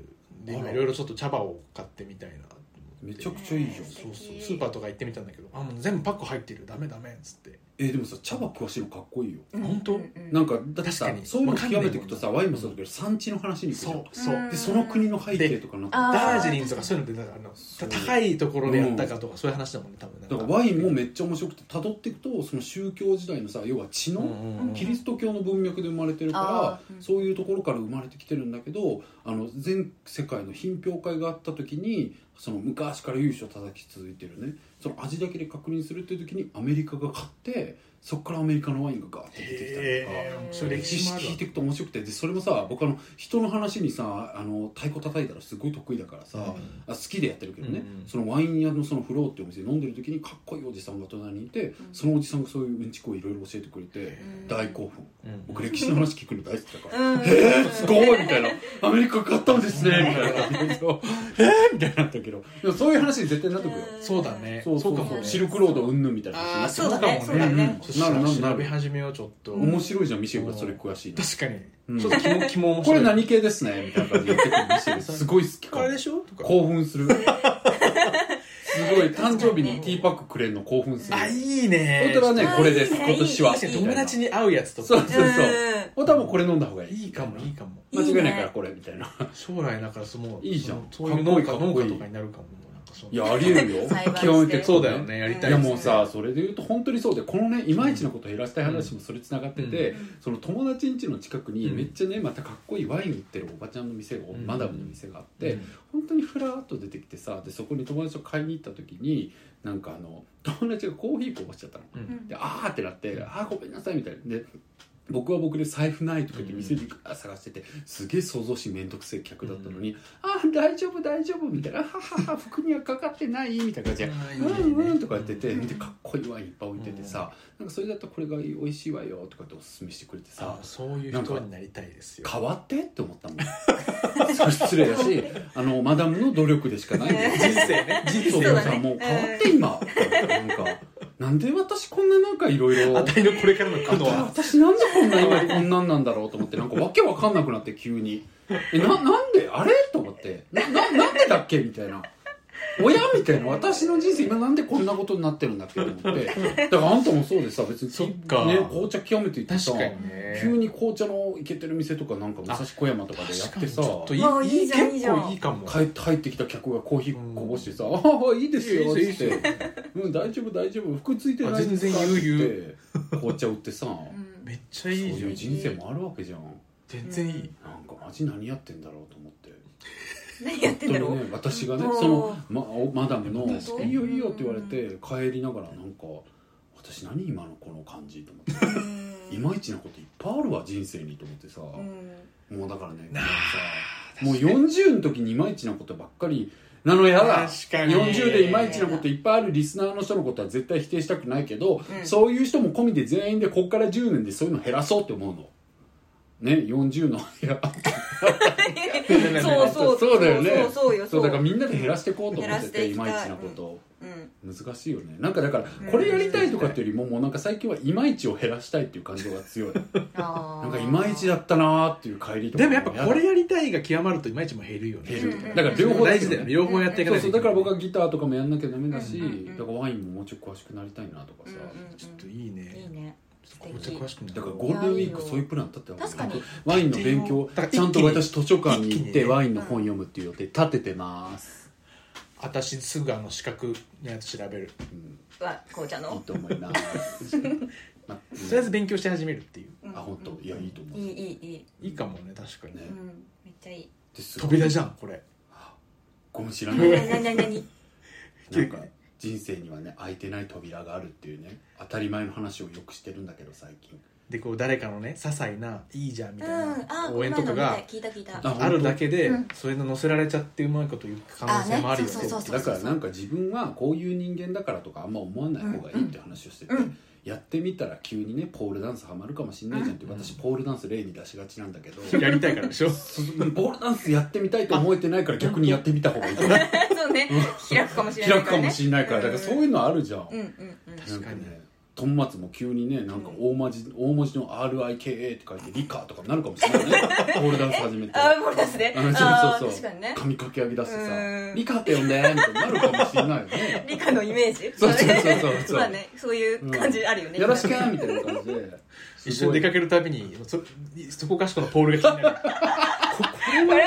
Speaker 2: で
Speaker 3: あら
Speaker 2: 今いろいろちょっと茶葉を買ってみたいなと思
Speaker 3: め
Speaker 2: って
Speaker 3: ちゃくちゃいいじゃん
Speaker 2: そうそうスーパーとか行ってみたんだけどあもう全部パック入ってるダメダメっつって、
Speaker 3: えでもさ茶葉詳しいのかっこいいよ
Speaker 4: うん
Speaker 2: 本当
Speaker 4: うんうん
Speaker 3: なんかだってさ
Speaker 2: 確かに
Speaker 3: そういうの極めていくとさ
Speaker 2: わ
Speaker 3: ワ
Speaker 2: か
Speaker 3: イ
Speaker 2: ん
Speaker 3: ン
Speaker 2: ない
Speaker 3: もそ
Speaker 2: もん
Speaker 3: うだけど産地の話に行くじゃ
Speaker 2: そ
Speaker 3: ん
Speaker 2: うそう、
Speaker 4: うん
Speaker 3: でその国の背景とかなん
Speaker 4: あ
Speaker 3: か
Speaker 4: ー
Speaker 2: ダージリンとかそういうのでだからあの
Speaker 3: そう
Speaker 2: 高いところでやったかとかそういう話だもんね多分なん
Speaker 3: だからワインもめっちゃ面白くて辿っていくとその宗教時代のさ要は血の、
Speaker 2: うんうんうん
Speaker 3: キリスト教の文脈で生まれてるか
Speaker 4: あ
Speaker 3: ら、
Speaker 4: ーうん
Speaker 3: そういうところから生まれてきてるんだけどあの全世界の品評会があった時にその昔から優勝叩き続いてるねその味だけで確認するっていう時にアメリカが勝ってそこからアメリカのワインがガーって出てきたりとか。
Speaker 2: へー
Speaker 3: そ
Speaker 2: そうう
Speaker 3: いう
Speaker 2: 歴
Speaker 3: 歴
Speaker 2: 史
Speaker 3: 史
Speaker 2: もあるわ
Speaker 3: 聞いていくと面白くてでそれもさ僕あの人の話にさあの太鼓叩いたらすごい得意だからさ、あ好きでやってるけどね、
Speaker 2: うんうん
Speaker 3: そのワイン屋のそのフローっていうお店で飲んでる時にかっこいいおじさんが隣にいて、そのおじさんがそういううんちくをいろいろ教えてくれて
Speaker 4: うん
Speaker 3: 大興奮、
Speaker 2: うん
Speaker 3: 僕歴史の話聞くの大好きだから「
Speaker 4: うん
Speaker 3: えー、すごい!」みたいな「アメリカ買ったんですね」みたいな感じで「えー!」みたいになったけどでもそういう話に絶対なってくるよ、
Speaker 4: うん
Speaker 2: そうだね
Speaker 3: そうそう
Speaker 2: か
Speaker 3: そう
Speaker 2: もね
Speaker 3: シルクロードうんぬんみたいな
Speaker 2: ああ
Speaker 3: 話
Speaker 2: そう
Speaker 4: う
Speaker 2: か
Speaker 4: だ
Speaker 2: もね
Speaker 4: ねそうだ
Speaker 2: う
Speaker 4: ね
Speaker 2: ん
Speaker 3: なるなるなる
Speaker 2: 調べ始めようちょっと、
Speaker 3: 面白いじゃんミシェルがそれ詳しいの
Speaker 2: 確かに、
Speaker 3: うん
Speaker 2: ちょっと肝肝面白い
Speaker 3: これ何系ですねみたいな感じで言ってくるミシェルすごい好きか
Speaker 2: こ
Speaker 3: ら
Speaker 2: れでしょとか
Speaker 3: 興奮 するすごい誕生日にティーパックくれるの興奮する
Speaker 2: あいいね
Speaker 3: 本当だね
Speaker 4: あ
Speaker 3: これです
Speaker 4: いいね
Speaker 3: 今年は
Speaker 4: 確か
Speaker 2: 確かに友達に会うやつと
Speaker 3: そう
Speaker 2: か
Speaker 3: そうそう
Speaker 4: うん
Speaker 3: 本当はもうこれ飲んだ方がいい
Speaker 2: いいかもいいかも
Speaker 4: いい
Speaker 3: 間
Speaker 4: ね
Speaker 3: 違いないからこれみたいな
Speaker 2: 将来だからその
Speaker 3: いいじゃん
Speaker 2: そのそういう農家
Speaker 3: かっこいい
Speaker 2: 農
Speaker 3: かっこいい
Speaker 2: 家とかになるかもなんかその
Speaker 3: いやありえるよ
Speaker 4: 栽培して
Speaker 3: 極めて
Speaker 2: そうだよねやりたい
Speaker 3: いや
Speaker 2: ですね
Speaker 3: もうさそれで言うと本当にそうでこのねいまいちのことを減らしたい話もそれつながってて、
Speaker 4: うん
Speaker 3: その友達ん家の近くに
Speaker 2: うん
Speaker 3: めっちゃねまたかっこいいワイン売ってるおばちゃんの店が、
Speaker 2: うん
Speaker 3: マダムの店があって、
Speaker 2: うん
Speaker 3: 本当にふらっと出てきてさでそこに友達と買いに行った時になんかあの友達がコーヒーこぼしちゃったの。
Speaker 2: うん
Speaker 4: うん
Speaker 3: であーってなって「あーごめんなさい」みたいなで僕は僕で財布ないとか言って店にガーッ探しててすげえ想像し面倒くせえ客だったのに「あー大丈夫大丈夫」みたいな「ははは服にはかかってない」みたいな感じで「うんうん」とか言ってて見てかっこいいワインいっぱい置いててさなんかそれだとこれが美味しいわよとかっておすすめしてくれてさ
Speaker 2: あそういう人になりたいですよ
Speaker 3: 変わってって思ったもんそう失礼だしあのマダムの努力でしかないよ
Speaker 2: 人生ね人
Speaker 3: そう
Speaker 2: 生の
Speaker 4: だね
Speaker 3: さもう変わって今なんかなんで私こんななんかいろいろ
Speaker 2: あたいのこれからの苦
Speaker 3: あ
Speaker 2: 悩は
Speaker 3: 私なんでこんな今こんなんなんだろうと思ってなんかわけわかんなくなって急にえななんであれと思ってなななんでだっけみたいな親みたいな私の人生今なんでこんなことになってるんだっけと思ってだからあんたもそうでさ別に
Speaker 2: そっか
Speaker 3: ね、紅茶極めていってさ
Speaker 2: 確かにね
Speaker 3: 急に紅茶のいけてる店とかなんか武蔵小山とかでやってさ
Speaker 2: ちょっと
Speaker 3: 帰
Speaker 2: い
Speaker 4: もう
Speaker 2: い
Speaker 4: いいじゃんいい
Speaker 2: 結
Speaker 4: じゃん
Speaker 2: 構いいかも
Speaker 3: って入ってきた客がコーヒーこぼしてさ「ああいいですよ」っ
Speaker 2: いいで
Speaker 3: つっ
Speaker 2: すよいいで
Speaker 3: て「うん大丈夫大丈夫服ついてないんですか?」
Speaker 2: あ
Speaker 3: っ
Speaker 2: 全
Speaker 3: て
Speaker 2: 然余
Speaker 3: 言
Speaker 2: 裕
Speaker 3: って紅茶売ってさ
Speaker 4: うん
Speaker 2: めっちゃ
Speaker 3: そう
Speaker 2: いいじゃ
Speaker 3: いうん人生もあるわけじゃん
Speaker 2: 全然いい
Speaker 3: なんかマジ何やってんだろうと思って。
Speaker 4: 何やってんだろう
Speaker 3: ね、私がね
Speaker 4: うん
Speaker 3: そのまおマダムの
Speaker 2: 確
Speaker 4: か
Speaker 3: 「
Speaker 4: に
Speaker 3: いいよいいよ」って言われて帰りながらなんか「私何今のこの感じ」と思っていまいちなこといっぱいあるわ人生にと思ってさ、
Speaker 4: うん
Speaker 3: もうだからね
Speaker 2: なあ
Speaker 3: もう40の時にいまいちなことばっかりなのやだ
Speaker 2: 確かに
Speaker 3: 40でいまいちなこといっぱいあるリスナーの人のことは絶対否定したくないけど、
Speaker 4: うん
Speaker 3: そういう人も込みで全員でこっから10年でそういうの減らそうって思うの。ね、40のいや
Speaker 4: そうそう
Speaker 3: そうだよね
Speaker 4: そうそうよ
Speaker 3: そ
Speaker 4: そうう
Speaker 3: だからみんなで減らしていこうと思って
Speaker 4: 減らして
Speaker 3: て
Speaker 4: い
Speaker 3: い
Speaker 4: きた
Speaker 3: ま
Speaker 4: い
Speaker 3: いちなことを。
Speaker 4: うん
Speaker 3: 難しいよねなんかだからこれやりたいとかっていうよりももうなんか最近はいまいちを減らしたいっていう感情が強いな
Speaker 4: なん
Speaker 3: かいまいちだったなーっていう帰りとか
Speaker 2: でもやっぱこれやりたいが極まるといまいちも減るよね
Speaker 3: 減る
Speaker 4: うんう
Speaker 3: だ
Speaker 4: ん
Speaker 3: から両方
Speaker 2: 大事だよね両方やっていか
Speaker 3: そ
Speaker 2: な
Speaker 3: う
Speaker 2: いと
Speaker 3: そ
Speaker 2: いう
Speaker 3: だ
Speaker 2: けない
Speaker 3: から僕はギターとかもやんなきゃダメだし、
Speaker 4: うんうんうん
Speaker 3: だからワインももうちょっと詳しくなりたいなとかさ、
Speaker 4: うんうん
Speaker 2: ちょっといい
Speaker 4: いい
Speaker 2: ね
Speaker 4: ね素
Speaker 2: めっちゃ
Speaker 4: 敵
Speaker 2: 詳しくなる
Speaker 3: だからゴールデンウィークそういうプラン立ってた
Speaker 4: 確かに
Speaker 3: ワインの勉強
Speaker 2: だから一気
Speaker 3: ちゃ
Speaker 2: に
Speaker 3: んと私図書館に
Speaker 2: 一
Speaker 3: 行
Speaker 2: 気
Speaker 3: っ
Speaker 2: に
Speaker 3: て
Speaker 2: ね
Speaker 3: ワインの本読むっていう予定立ててます、
Speaker 2: 私すぐあの資格のやつ調べる
Speaker 3: うん、
Speaker 4: は紅茶
Speaker 3: いい
Speaker 4: の
Speaker 3: と思い ます、ま
Speaker 2: とりあえず勉強して始めるっていう
Speaker 4: うん
Speaker 3: あ本当いやいいと思う
Speaker 4: いいいいいい
Speaker 2: いいかもね確かに
Speaker 3: ね
Speaker 4: うんめっち ゃいい
Speaker 3: ですごい
Speaker 2: 扉じゃんこれ
Speaker 3: ごめん知ら ない
Speaker 4: 何何何
Speaker 3: なんか人生にはね開いてない扉があるっていうね当たり前の話をよくしてるんだけど最近
Speaker 2: でこう誰かのね些細ないいじゃんみた
Speaker 4: 何う
Speaker 2: い
Speaker 4: ん
Speaker 2: な
Speaker 4: あ
Speaker 2: 応援とかが
Speaker 4: 聞いた聞いた
Speaker 3: あ
Speaker 2: あるだけで
Speaker 4: うん
Speaker 2: それの載せられちゃってうまいこと言う可能性もあるよね
Speaker 4: あねそうそうそう
Speaker 3: だからなんか自分はこういう人間だからとかあんま思わない方がいいって話をしてて、
Speaker 4: うんうん
Speaker 3: やってみたら急にねポールダンスハマるかもしんないじゃんって、
Speaker 2: うん
Speaker 3: 私ポールダンス例に出しがちなんだけど
Speaker 2: やりたいからで しょ
Speaker 3: うんポールダンスやってみたいと思えてないから逆にやってみた方がいいと 思う
Speaker 4: そうね開くかもしれな
Speaker 3: 開く
Speaker 4: いか
Speaker 3: からも
Speaker 4: ね
Speaker 3: しんないからだからそういうのあるじゃん、
Speaker 4: うんうんうん
Speaker 2: 確かに
Speaker 3: なんねトンマツも急にねなんか大文字大文字の RIKA って書い てリカとかになるかもしれないねポールダンス始めて
Speaker 4: あもうですね
Speaker 3: あの
Speaker 4: あ
Speaker 3: そうそうそ
Speaker 4: 確か
Speaker 3: う
Speaker 4: にね
Speaker 3: 髪かき上げ出して
Speaker 4: う
Speaker 3: さ「
Speaker 4: ん
Speaker 3: リカって呼んで」みたいになるかもしれないよ ね
Speaker 4: 理科のイメージ
Speaker 3: そうそうそうそうそう
Speaker 4: まあねそういう感じあるよね
Speaker 3: よろしくみたいな感じで
Speaker 2: 一緒に出か
Speaker 3: け
Speaker 2: けるたびにそそこかしこのポールが気になるここれ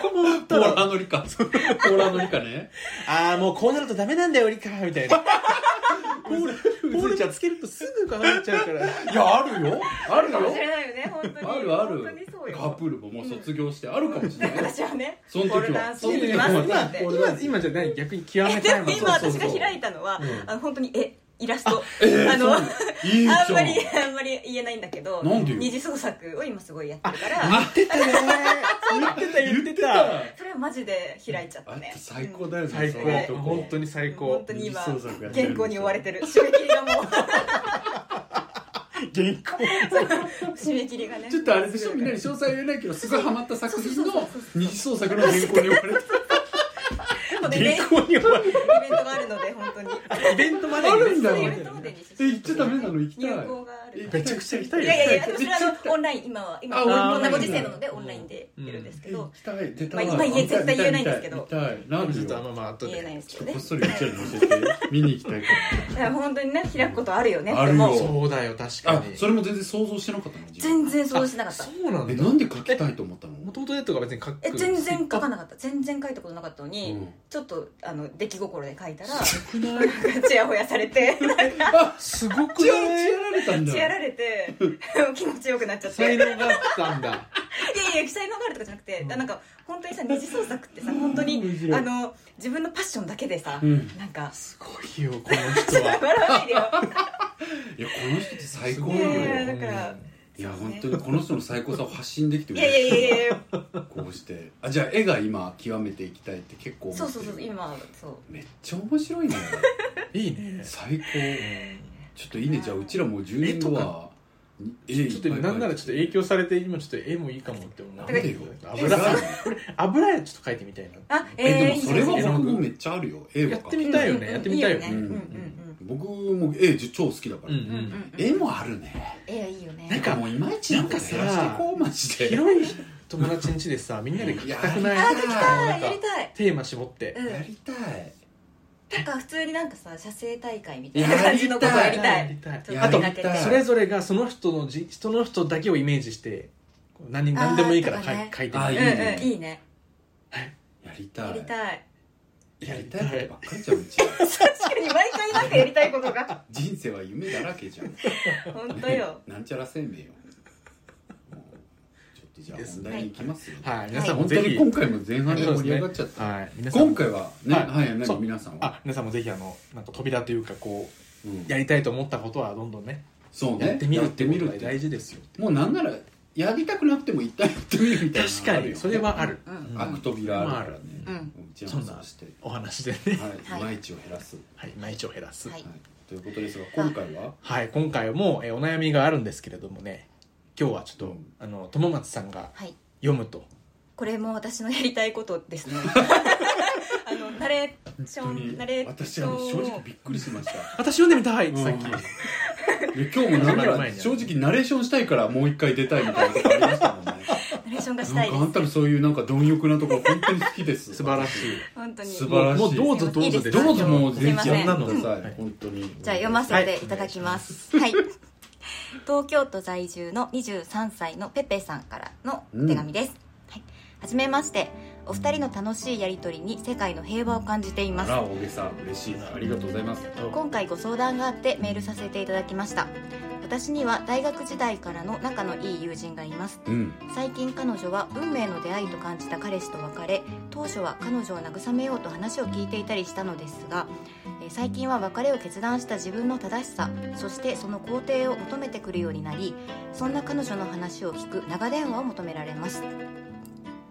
Speaker 2: ここも
Speaker 3: ポーラーのリカポーラーのリカ ね
Speaker 2: ああもうこうなるとダメなんだよリカみたいなポールポールじゃつけるとすぐ変わっちゃうから
Speaker 3: いやあるよある
Speaker 4: かもし
Speaker 3: よ
Speaker 4: れないよね本当に
Speaker 3: あるある
Speaker 4: 本当にそう
Speaker 3: カッ
Speaker 4: よ
Speaker 3: プルももう卒業してあるかもしれない
Speaker 4: 私はね
Speaker 3: その時は
Speaker 4: ポルダンスに行きますって言って
Speaker 3: その時は
Speaker 2: 今今じゃない逆に極めたいの
Speaker 4: 今
Speaker 2: そう
Speaker 4: 私
Speaker 2: そう
Speaker 4: が
Speaker 2: そう
Speaker 4: 開いたのは、あの本当にえイラスト
Speaker 3: えー
Speaker 4: あの
Speaker 3: そういいじゃん
Speaker 4: あんまりあんまり言えないんだけど
Speaker 3: なんでよ
Speaker 4: 二次創作を今すごいやってるから
Speaker 2: 言ってたね言ってた言ってた
Speaker 3: あ
Speaker 4: それはマジで開いちゃった
Speaker 3: れっ
Speaker 4: ね
Speaker 3: て最高だよね
Speaker 2: 最
Speaker 3: そういうと
Speaker 2: 高
Speaker 3: こ
Speaker 2: 本当に最
Speaker 4: 本
Speaker 2: 高
Speaker 4: 当に今
Speaker 3: 二次創作やってるんですよ
Speaker 4: 原稿に追われてる締め切りがもう
Speaker 2: 原稿
Speaker 4: 締め切りがね
Speaker 3: ちょっとあれでしょみんなに詳細は言えないけどすごいハマった作品の二次創作の原稿に言われて
Speaker 4: これね
Speaker 2: 原稿に終わる
Speaker 4: イベントがあるので本当に
Speaker 2: イベントまで
Speaker 3: あるんだ
Speaker 4: そうイベントまで
Speaker 3: え
Speaker 4: に
Speaker 3: 行っちゃダメなの行きたい
Speaker 4: 入稿がある
Speaker 2: めちゃくちゃ行きた
Speaker 4: い
Speaker 2: いよ
Speaker 4: や いやいやでもそれはあのオンライン今は今
Speaker 3: あ
Speaker 4: こ
Speaker 3: オン
Speaker 4: ん
Speaker 3: ラ
Speaker 4: な
Speaker 3: イン
Speaker 4: ご時世なのでオンラインでやるんですけ
Speaker 3: 行
Speaker 4: ど
Speaker 3: きたい出た
Speaker 4: まあ今言え絶対言えないんですけど
Speaker 3: 見たい
Speaker 2: ち
Speaker 3: なんで
Speaker 2: ょっ
Speaker 3: よ
Speaker 2: とあまあまあ後
Speaker 4: 言えない
Speaker 2: で
Speaker 4: んです
Speaker 3: ち
Speaker 4: け
Speaker 3: ょっと
Speaker 4: どね
Speaker 3: こっそりうちらに教えて見に行きたいか
Speaker 4: だから本当にね開くことあるよね
Speaker 3: あるよ
Speaker 4: でも
Speaker 2: そうだよ確
Speaker 3: ら
Speaker 2: か
Speaker 3: あ
Speaker 2: に
Speaker 3: それも全然想像してなかったの自分
Speaker 4: 全然そうしなかった
Speaker 2: そうなん
Speaker 3: え
Speaker 2: だ
Speaker 3: なんで書きたいと思ったの
Speaker 2: 元々でとか別に書く
Speaker 4: え全然書かなかった全然書いたことなかったのに、
Speaker 3: うん
Speaker 4: ちょっとあの出来心で書いたら
Speaker 2: すごくない
Speaker 4: なんかちやほやされて
Speaker 3: あ
Speaker 2: すごく
Speaker 3: ちや
Speaker 2: な
Speaker 3: ちや
Speaker 2: い
Speaker 3: られたんだ
Speaker 4: ちやられて 気持ちよくなっちゃっていや
Speaker 2: 才能
Speaker 4: い
Speaker 2: があったんだ
Speaker 4: や記載のがあるとかじゃなくて、なんか本当にさ二次創作ってさ本当に
Speaker 2: 面白い
Speaker 4: あの自分のパッションだけでさ、
Speaker 3: うん
Speaker 4: なんか
Speaker 2: すごいよこの人は
Speaker 4: 笑わないでよ
Speaker 3: いやこの人って最高なの
Speaker 4: いやいや
Speaker 3: よ
Speaker 4: だから
Speaker 3: いや本当にこの人の最高さを発信できて
Speaker 4: いやいやい
Speaker 3: 嬉しい
Speaker 4: やいや
Speaker 3: こうしてあじゃあ絵が今極めていきたいって結構思って
Speaker 4: そう
Speaker 3: る
Speaker 4: そうそう今そう
Speaker 3: めっちゃ面白いね
Speaker 2: いいね
Speaker 3: 最高ちょっといいねじゃあうちらもう10年後は
Speaker 2: ちょっとなんならちょっと影響されて今ちょっと絵もいいかもって思う
Speaker 3: なんでよ
Speaker 2: 油これ油絵ちょっと描いてみたいな
Speaker 4: あ
Speaker 3: え
Speaker 4: えー、
Speaker 3: でもそれは僕もめっちゃあるよ絵を描
Speaker 2: や
Speaker 3: く
Speaker 2: ってみたいよねやってみたいよ
Speaker 4: いいよ
Speaker 2: ね
Speaker 4: ね
Speaker 3: 僕も絵超好きだから、
Speaker 2: うんう
Speaker 4: うんうんうん
Speaker 3: 絵もあるね
Speaker 4: えいいよね
Speaker 2: なん
Speaker 3: なん
Speaker 2: か
Speaker 3: かもういまいちなんか減らしてこうマジで
Speaker 2: 広い友達ん家でさみんなで書きたく
Speaker 3: い
Speaker 2: ない
Speaker 3: や
Speaker 4: あ
Speaker 3: ー
Speaker 4: 書き
Speaker 2: な
Speaker 4: た
Speaker 2: ん
Speaker 4: い
Speaker 2: か
Speaker 4: やりたい
Speaker 2: テーマ絞って、
Speaker 4: うん
Speaker 3: やりたい
Speaker 4: なんか普通になんかさ写生大会みたいな感じのことやりたい
Speaker 2: たい
Speaker 4: ちょっ
Speaker 2: あ
Speaker 4: と
Speaker 2: と
Speaker 4: 見かけて
Speaker 3: やりたい
Speaker 2: それぞれがその人のじその人だけをイメージしてこう何何でもいいから
Speaker 4: あー
Speaker 2: 書い,、
Speaker 4: と
Speaker 2: 書いて
Speaker 3: あ
Speaker 2: み
Speaker 4: うん
Speaker 2: る
Speaker 3: ー
Speaker 4: うんいいね
Speaker 3: やりた
Speaker 4: やりたい
Speaker 3: いやりたいことばっかりじゃんうちら
Speaker 4: 確かに毎回なんかやりたいことが
Speaker 3: 人生は夢だらけじゃん
Speaker 4: 本当よ
Speaker 3: なんちゃら生命よもうちょっとじゃあ本題に行きますよ
Speaker 2: はい皆さんも
Speaker 3: 本
Speaker 2: ぜ
Speaker 3: 当
Speaker 2: ひ、
Speaker 3: に今回も前半で盛り上がっちゃった、
Speaker 2: はい皆さんも
Speaker 3: 今回はね、
Speaker 2: はい
Speaker 3: はい、何
Speaker 2: そう
Speaker 3: 皆さんは、
Speaker 2: あ皆さんもぜひあのなんか扉というかこ
Speaker 3: うん
Speaker 2: うやりたいと思ったことはどんどんね
Speaker 3: そうね
Speaker 2: やってみるっていう
Speaker 3: や
Speaker 2: こ
Speaker 3: って
Speaker 2: とが
Speaker 3: みる
Speaker 2: 大事ですよ
Speaker 3: ってもうなんならやりたくなくても一旦やってみるみたいな
Speaker 2: 確かにそれはある、
Speaker 4: うん
Speaker 2: うん
Speaker 3: 開く扉あるからね、
Speaker 4: うん
Speaker 3: うちの話して
Speaker 2: お話でね
Speaker 3: はい、
Speaker 4: はい
Speaker 3: 毎日を減らす、
Speaker 2: はい毎日を減らす
Speaker 4: はい
Speaker 3: はいということですが今回は
Speaker 2: はい、今回も、えーお悩みがあるんですけれどもね今日はちょっと、
Speaker 3: うん
Speaker 2: あの友松さんが
Speaker 4: はい
Speaker 2: 読むと
Speaker 4: これも私のやりたいこと ですねあのナレーショ
Speaker 3: 本当
Speaker 4: ン
Speaker 3: に
Speaker 4: ナレー
Speaker 3: 私
Speaker 4: ショ
Speaker 3: は
Speaker 4: ン
Speaker 3: もう正直
Speaker 4: を
Speaker 3: びっくりしました
Speaker 2: 私読んでみたいってさっき、
Speaker 3: うんいや今日もなん
Speaker 2: 始まる
Speaker 3: か
Speaker 2: 前に
Speaker 3: 正直ナレーションしたいからもう一回出たいみたいなことありましたもんね
Speaker 4: ナレーションがし
Speaker 3: な
Speaker 4: た
Speaker 3: ん
Speaker 4: いで
Speaker 3: か
Speaker 4: す
Speaker 3: あんたのそういうなんか貪欲なところ本当に好きです
Speaker 2: 素晴らしい
Speaker 4: 本当に
Speaker 3: 素晴らしい
Speaker 2: もうもうどうぞどうぞで
Speaker 4: いいですか
Speaker 3: どうぞもう
Speaker 4: すい
Speaker 3: 全
Speaker 4: ま
Speaker 3: 然
Speaker 4: せん
Speaker 3: やんなのくだ
Speaker 2: う
Speaker 3: さ
Speaker 2: ん
Speaker 3: い本当に
Speaker 4: じゃあ読ませていただきます。はい。東京都在住の23歳のペペさんからの手紙です。はい。はじめまして。お二人の楽しいやりとりに世界の平和を感じてい
Speaker 3: あ
Speaker 4: ます。
Speaker 3: ら大げさ嬉しいありがとうございます
Speaker 4: 今回ご相談があってメールさせていただきました。私には大学時代からの仲のいい友人がいます。
Speaker 3: うん
Speaker 4: 最近彼女は運命の出会いと感じた彼氏と別れ当初は彼女を慰めようと話を聞いていたりしたのですがえー最近は別れを決断した自分の正しさそしてその肯定を求めてくるようになりそんな彼女の話を聞く長電話を求められます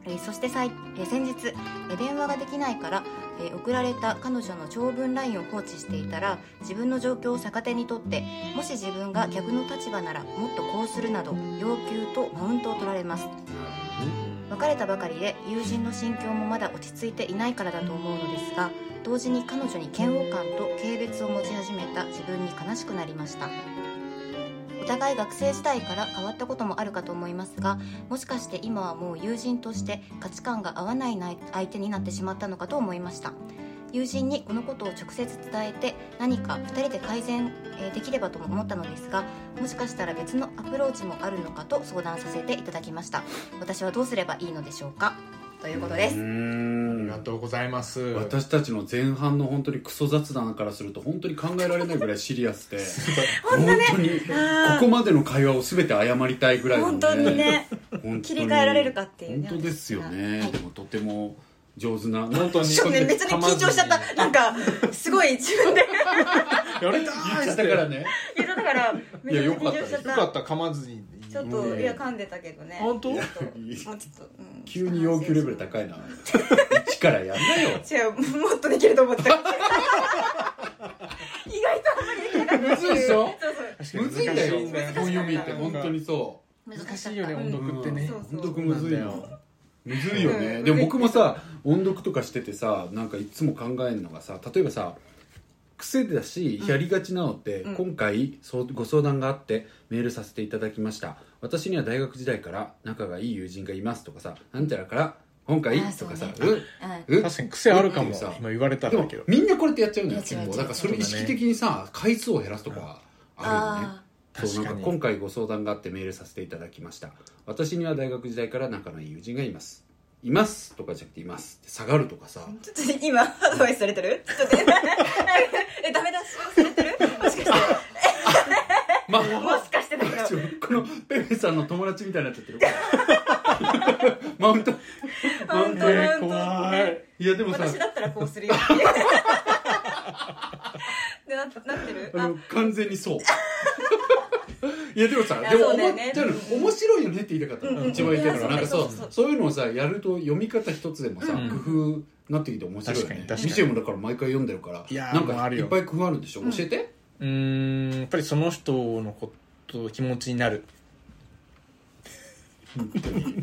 Speaker 4: えーそしてさいえー先日えー電話ができないからえー送られた彼女の長文 LINE を放置していたら自分の状況を逆手にとってもし自分が逆の立場ならもっとこうするなど要求とマウントを取られます別れたばかりで友人の心境もまだ落ち着いていないからだと思うのですが同時に彼女に嫌悪感と軽蔑を持ち始めた自分に悲しくなりましたお互い学生時代から変わったこともあるかと思いますがもしかして今はもう友人として価値観が合わないな相手になってしまったのかと思いました友人にこのことを直接伝えて何か2人で改善えーできればとも思ったのですがもしかしたら別のアプローチもあるのかと相談させていただきました私はどうすればいいのでしょうかということです、
Speaker 3: うー
Speaker 2: あり
Speaker 3: ん
Speaker 2: がとうございます
Speaker 3: 私たちの前半の本当にクソ雑談からすると本当に考えられないぐらいシリアスで本当にこ
Speaker 4: あ
Speaker 3: こまでの会話を全て謝りたいぐらいの
Speaker 4: 本当にね
Speaker 3: 本当に
Speaker 4: 切り替えられるかっていうね
Speaker 3: 本当ですよね、
Speaker 4: はい
Speaker 3: でもとても上手な
Speaker 2: 本当に
Speaker 4: ちょっとね別に緊張しちゃったなんかすごい自分で
Speaker 2: や
Speaker 3: 言っ
Speaker 2: れた
Speaker 3: ちゃ
Speaker 2: ー
Speaker 3: っ
Speaker 2: って
Speaker 3: たからね
Speaker 4: 言ったからめちゃめちゃ緊張しちゃっ
Speaker 2: よかったた噛まずに
Speaker 4: ちょっといや噛んでたけどね
Speaker 2: 本当
Speaker 4: ちょっともうちょっと、うん
Speaker 3: 急に要求レベル高い な一からやんなよ
Speaker 4: 違うもっとできると思った意外とあんまりできなかった
Speaker 3: むずいでしょ
Speaker 4: そうそう
Speaker 2: 確かに
Speaker 3: むずいんだよ
Speaker 2: 難しいんだよ
Speaker 3: 本読みって本当にそ
Speaker 4: 難
Speaker 2: 難
Speaker 4: しか
Speaker 2: し
Speaker 4: っ
Speaker 2: い
Speaker 4: た
Speaker 2: よね
Speaker 4: うん
Speaker 2: 音読ってね
Speaker 4: そう
Speaker 3: う音読むずい
Speaker 2: な
Speaker 3: の
Speaker 2: んだよ
Speaker 3: むずいよね、
Speaker 4: うん
Speaker 3: でも僕もさ音読とかしててさなんかいつも考えるのがさ例えばさ癖だしやりがちなのって、
Speaker 4: うん
Speaker 3: 今回そうご相談があってメールさせていただきました私には大学時代から仲がいい友人がいますとかさなんちゃらから今回
Speaker 4: あー
Speaker 3: とかさ
Speaker 4: そうね
Speaker 3: ん
Speaker 4: うん
Speaker 3: うん
Speaker 2: 確かに癖あるか
Speaker 3: う
Speaker 2: も
Speaker 3: んっていうさ
Speaker 2: 今言われた
Speaker 3: で
Speaker 2: らだ
Speaker 3: も
Speaker 2: けど
Speaker 3: みんなこれってやっちゃうんだよ
Speaker 4: いや違う
Speaker 3: 結構
Speaker 4: 違う
Speaker 3: だからそれ
Speaker 2: 違う
Speaker 3: 意識的にさ回数を減らすとかあるよね
Speaker 4: あ
Speaker 3: そう
Speaker 2: 確か
Speaker 3: なん
Speaker 2: に
Speaker 3: か今回ご相談があってメールさせていただきました私には大学時代から仲のいい友人がいますいますとかじゃなくていますって下がるとかさ
Speaker 4: ーちょっと今アドバイスされてるちょっと えダメ出しされてるもしかして
Speaker 3: まあ
Speaker 4: もしかしてだけど
Speaker 3: ちょこのペペさんの友達みたいになっちゃってるマウントマウン
Speaker 4: 本
Speaker 3: ト
Speaker 4: 当
Speaker 2: えー
Speaker 4: 本
Speaker 2: 怖
Speaker 4: 当
Speaker 2: い
Speaker 4: ね
Speaker 3: いやでもさ
Speaker 4: 私だったらこうするよっていうでななってる
Speaker 3: あ
Speaker 4: あ
Speaker 3: の完全に そういやでもさ
Speaker 4: いや
Speaker 3: でも
Speaker 4: そう
Speaker 3: 思
Speaker 4: だよ
Speaker 3: っ
Speaker 4: ね
Speaker 3: ちゃうの面白いよねって言いたかった
Speaker 4: うんう
Speaker 3: の
Speaker 4: ん
Speaker 3: 一番言いたいからな
Speaker 4: い
Speaker 3: ん
Speaker 4: や
Speaker 3: か
Speaker 4: そ
Speaker 3: そ
Speaker 4: う
Speaker 3: う
Speaker 4: そう
Speaker 3: そういうのをさやると読み方一つでもさ
Speaker 2: うん
Speaker 3: 工夫になってきて面白いよね
Speaker 2: 確かに確かに
Speaker 3: ミシェもだから毎回読んでるから
Speaker 2: いやー
Speaker 3: なん
Speaker 2: もうあ
Speaker 3: か
Speaker 2: る
Speaker 3: い
Speaker 2: よ
Speaker 3: っぱい工夫あるんでしょ教えて
Speaker 2: うーんやっぱりその人のこと気持ちになる
Speaker 3: 本当に本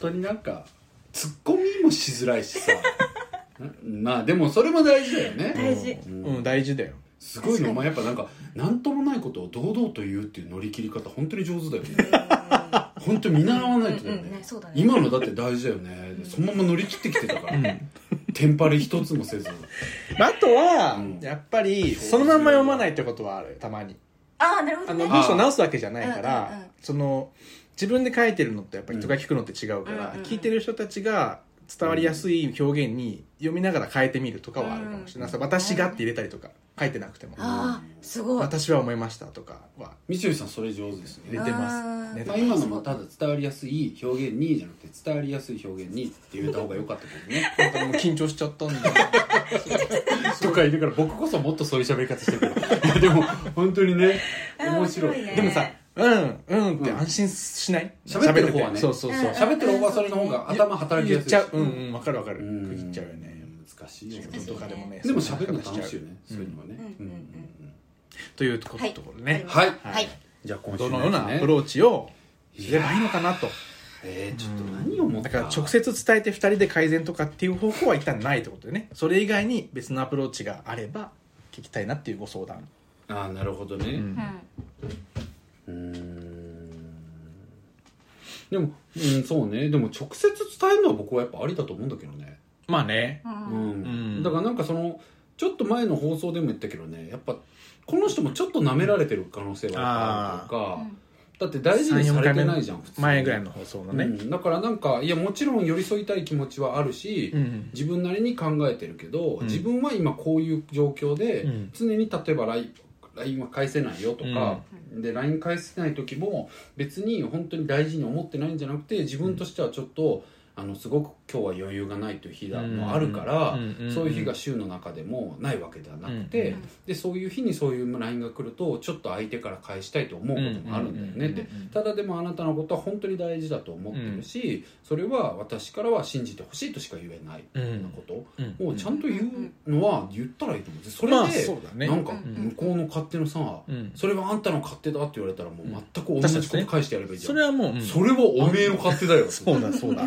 Speaker 3: 当になんかツッコミもしづらいしさなまあでもそれも大事だよね
Speaker 4: 大事
Speaker 3: うん
Speaker 2: うん大事だよ
Speaker 3: すごい
Speaker 4: 確か
Speaker 3: の
Speaker 4: に
Speaker 3: お前やっぱなんか何ともないことを堂々と言うっていう乗り切り方本当に上手だよね
Speaker 4: うん
Speaker 3: 本当見習わないとだよ
Speaker 4: うんうん
Speaker 3: ね
Speaker 4: ねそうだね
Speaker 3: 今のだって大事だよねそのまま乗り切ってきてたか
Speaker 2: う
Speaker 3: ら、
Speaker 2: ん
Speaker 3: テンパり一つもせず
Speaker 2: まああとは、
Speaker 3: うん
Speaker 2: やっぱりそのまんま読まないってことはあるたまに
Speaker 4: ああなるほ
Speaker 2: あ
Speaker 4: ど
Speaker 2: の
Speaker 4: ね
Speaker 2: 文章直すわけじゃないから、
Speaker 4: うんうんうん
Speaker 2: その自分で書いてるのとやっぱり人が聞くのって違うから、
Speaker 4: うんうんうん
Speaker 2: 聞いてる人たちが伝わりやすい表現に読みながら変えてみるとかはあるかもしれない、
Speaker 3: うん
Speaker 2: そう私がって入れたりとか書いてなくても、
Speaker 4: ああすごい
Speaker 2: 私は思いましたとかは
Speaker 3: みちおさんそれ上手です
Speaker 2: 入
Speaker 3: ね
Speaker 2: れて
Speaker 4: あ
Speaker 2: ます
Speaker 4: ー
Speaker 2: ね
Speaker 3: まあ、今のもただ伝わりやすい表現にじゃなくて伝わりやすい表現にって言えた方が良かったけどね
Speaker 2: なんかもう緊張しちゃったんだ
Speaker 3: とか言いながら僕こそもっとそういう喋り方してるから いやでも本当にね
Speaker 4: あー
Speaker 3: 面白い
Speaker 4: 面白いね
Speaker 2: でもさ「うんうん」って安心しない
Speaker 3: 喋ってる方はね
Speaker 2: そうそうそう、
Speaker 4: うん
Speaker 3: 喋ってる方がそれの方が頭働き
Speaker 2: 言
Speaker 3: や
Speaker 2: っ
Speaker 3: すい
Speaker 2: ちゃううんうんわかるわかる
Speaker 3: うん
Speaker 2: 区切っちゃうよね
Speaker 3: 難しいよ
Speaker 2: 仕
Speaker 4: 難しい
Speaker 2: 事とかでもね
Speaker 3: でも
Speaker 2: そうい
Speaker 3: 喋
Speaker 2: う
Speaker 3: るの
Speaker 2: 中で
Speaker 3: 楽
Speaker 2: し
Speaker 3: し
Speaker 2: ち
Speaker 3: い
Speaker 2: ゃう
Speaker 3: よねそういうのはね
Speaker 4: うんうんうん
Speaker 2: というところ
Speaker 4: はい
Speaker 2: ところね、
Speaker 3: はい
Speaker 4: はい
Speaker 3: じゃあ今週
Speaker 2: ど
Speaker 3: のや
Speaker 2: のよう
Speaker 3: つね
Speaker 2: なアプローチをすれ
Speaker 3: い
Speaker 2: ば
Speaker 3: や
Speaker 2: いいのかなと
Speaker 3: えーちょっと何を思った
Speaker 2: だから直接伝えて2人で改善とかっていう方向は一旦ないってことでねそれ以外に別のアプローチがあれば聞きたいなっていうご相談、
Speaker 3: ああなるほど
Speaker 2: う
Speaker 3: ね
Speaker 2: ん
Speaker 3: うーんでもうんそうねでも直接伝えるのは僕はやっぱありだと思うんだけどね
Speaker 2: まあね
Speaker 4: うん
Speaker 3: う
Speaker 4: うん
Speaker 3: んだからなんかそのちょっと前の放送でも言ったけどねやっぱこの人もちょっと舐められてる可能性はあるとかだって大事にされてないじゃん普通に
Speaker 2: 前ぐらいの放送のね、
Speaker 3: うんだからなんかいやもちろん寄り添いたい気持ちはあるし、
Speaker 2: うん
Speaker 3: 自分なりに考えてるけど、
Speaker 2: うん
Speaker 3: 自分は今こういう状況で、
Speaker 2: うん
Speaker 3: 常に例えば LINE LINE は返せないよとか、で LINE 返せない時も別に本当に大事に思ってないんじゃなくて自分としてはちょっと、あのすごく今日は余裕がないという日だもあるから、そういう日が週の中でもないわけではなくて、
Speaker 4: うん
Speaker 3: でそういう日にそういう LINE が来るとちょっと相手から返したいと思うこともあるんだよねって、
Speaker 2: うんうんうんうん
Speaker 3: ただでもあなたのことは本当に大事だと思ってるし、それは私からは信じてほしいとしか言えないよ
Speaker 2: う
Speaker 3: うなんこと
Speaker 2: うん
Speaker 3: をちゃんと言うのは言ったらいいと思うそれで、
Speaker 2: まあそうだね
Speaker 3: なんか
Speaker 4: う
Speaker 3: 向
Speaker 4: ん
Speaker 3: こうの勝手のさ、
Speaker 2: うん
Speaker 3: それはあんたの勝手だって言われたらもう全く
Speaker 2: ん
Speaker 3: 同じこと返してやればいいじゃ
Speaker 2: そ
Speaker 3: ん、
Speaker 2: れはもう、うん
Speaker 3: それはおめえの勝手だよ
Speaker 2: そうだそうだ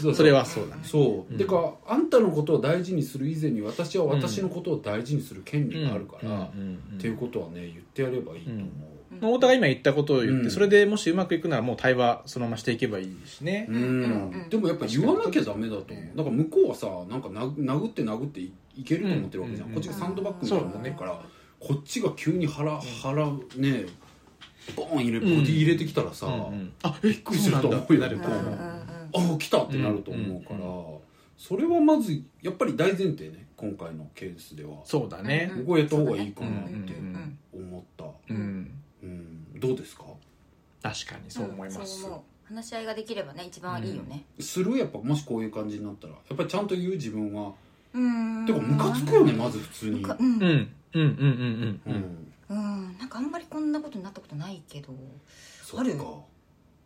Speaker 2: そ
Speaker 3: そ
Speaker 2: れはそうだね
Speaker 3: そう、
Speaker 2: うん
Speaker 3: てかあんたのことを大事にする以前に私は私のことを大事にする権利があるから、っていうことはね言ってやればいいと思う、
Speaker 2: まあ、太田が今言ったことを言って、
Speaker 3: うん
Speaker 2: それでもしうまくいくならもう対話そのまましていけばいいしね
Speaker 3: う、
Speaker 4: うんうんうん
Speaker 3: んでもやっぱ言わなきゃダメだと思うだから向こうはさなんかな殴って殴っていいけると思ってるわけじゃん、
Speaker 2: うん
Speaker 3: こっちがサンドバッグみたいになってるから、こっちが急に腹腹ねボーン入れボディ入れてきたらさ、
Speaker 2: うんうんあ
Speaker 3: びっくりすると思
Speaker 2: そう
Speaker 3: う
Speaker 2: な
Speaker 3: よ
Speaker 2: んだって
Speaker 4: うん
Speaker 2: な
Speaker 4: う
Speaker 2: る
Speaker 4: んうん
Speaker 3: ああ来たってなると思うから、
Speaker 2: うん
Speaker 3: それはまずやっぱり大前提ね今回のケースでは
Speaker 2: そうだね
Speaker 4: うん
Speaker 3: 僕はやった方がいいかなっ
Speaker 2: うん
Speaker 3: て
Speaker 4: うん
Speaker 3: 思った、
Speaker 2: う、
Speaker 4: うんん
Speaker 3: うん、どうですか
Speaker 2: 確かにそう思います、
Speaker 4: そう思う話し合いができればね一番いいよね
Speaker 3: するやっぱもしこういう感じになったらやっぱりちゃんと言う自分は
Speaker 4: うん
Speaker 3: てかムカつくよねまず普通に、
Speaker 4: か
Speaker 3: う
Speaker 4: うん
Speaker 2: うん、うんうんうんうんうん
Speaker 3: ん、
Speaker 4: うんなんかあんまりこんなことになったことないけど
Speaker 3: そ
Speaker 4: あ
Speaker 3: っ
Speaker 4: る
Speaker 3: か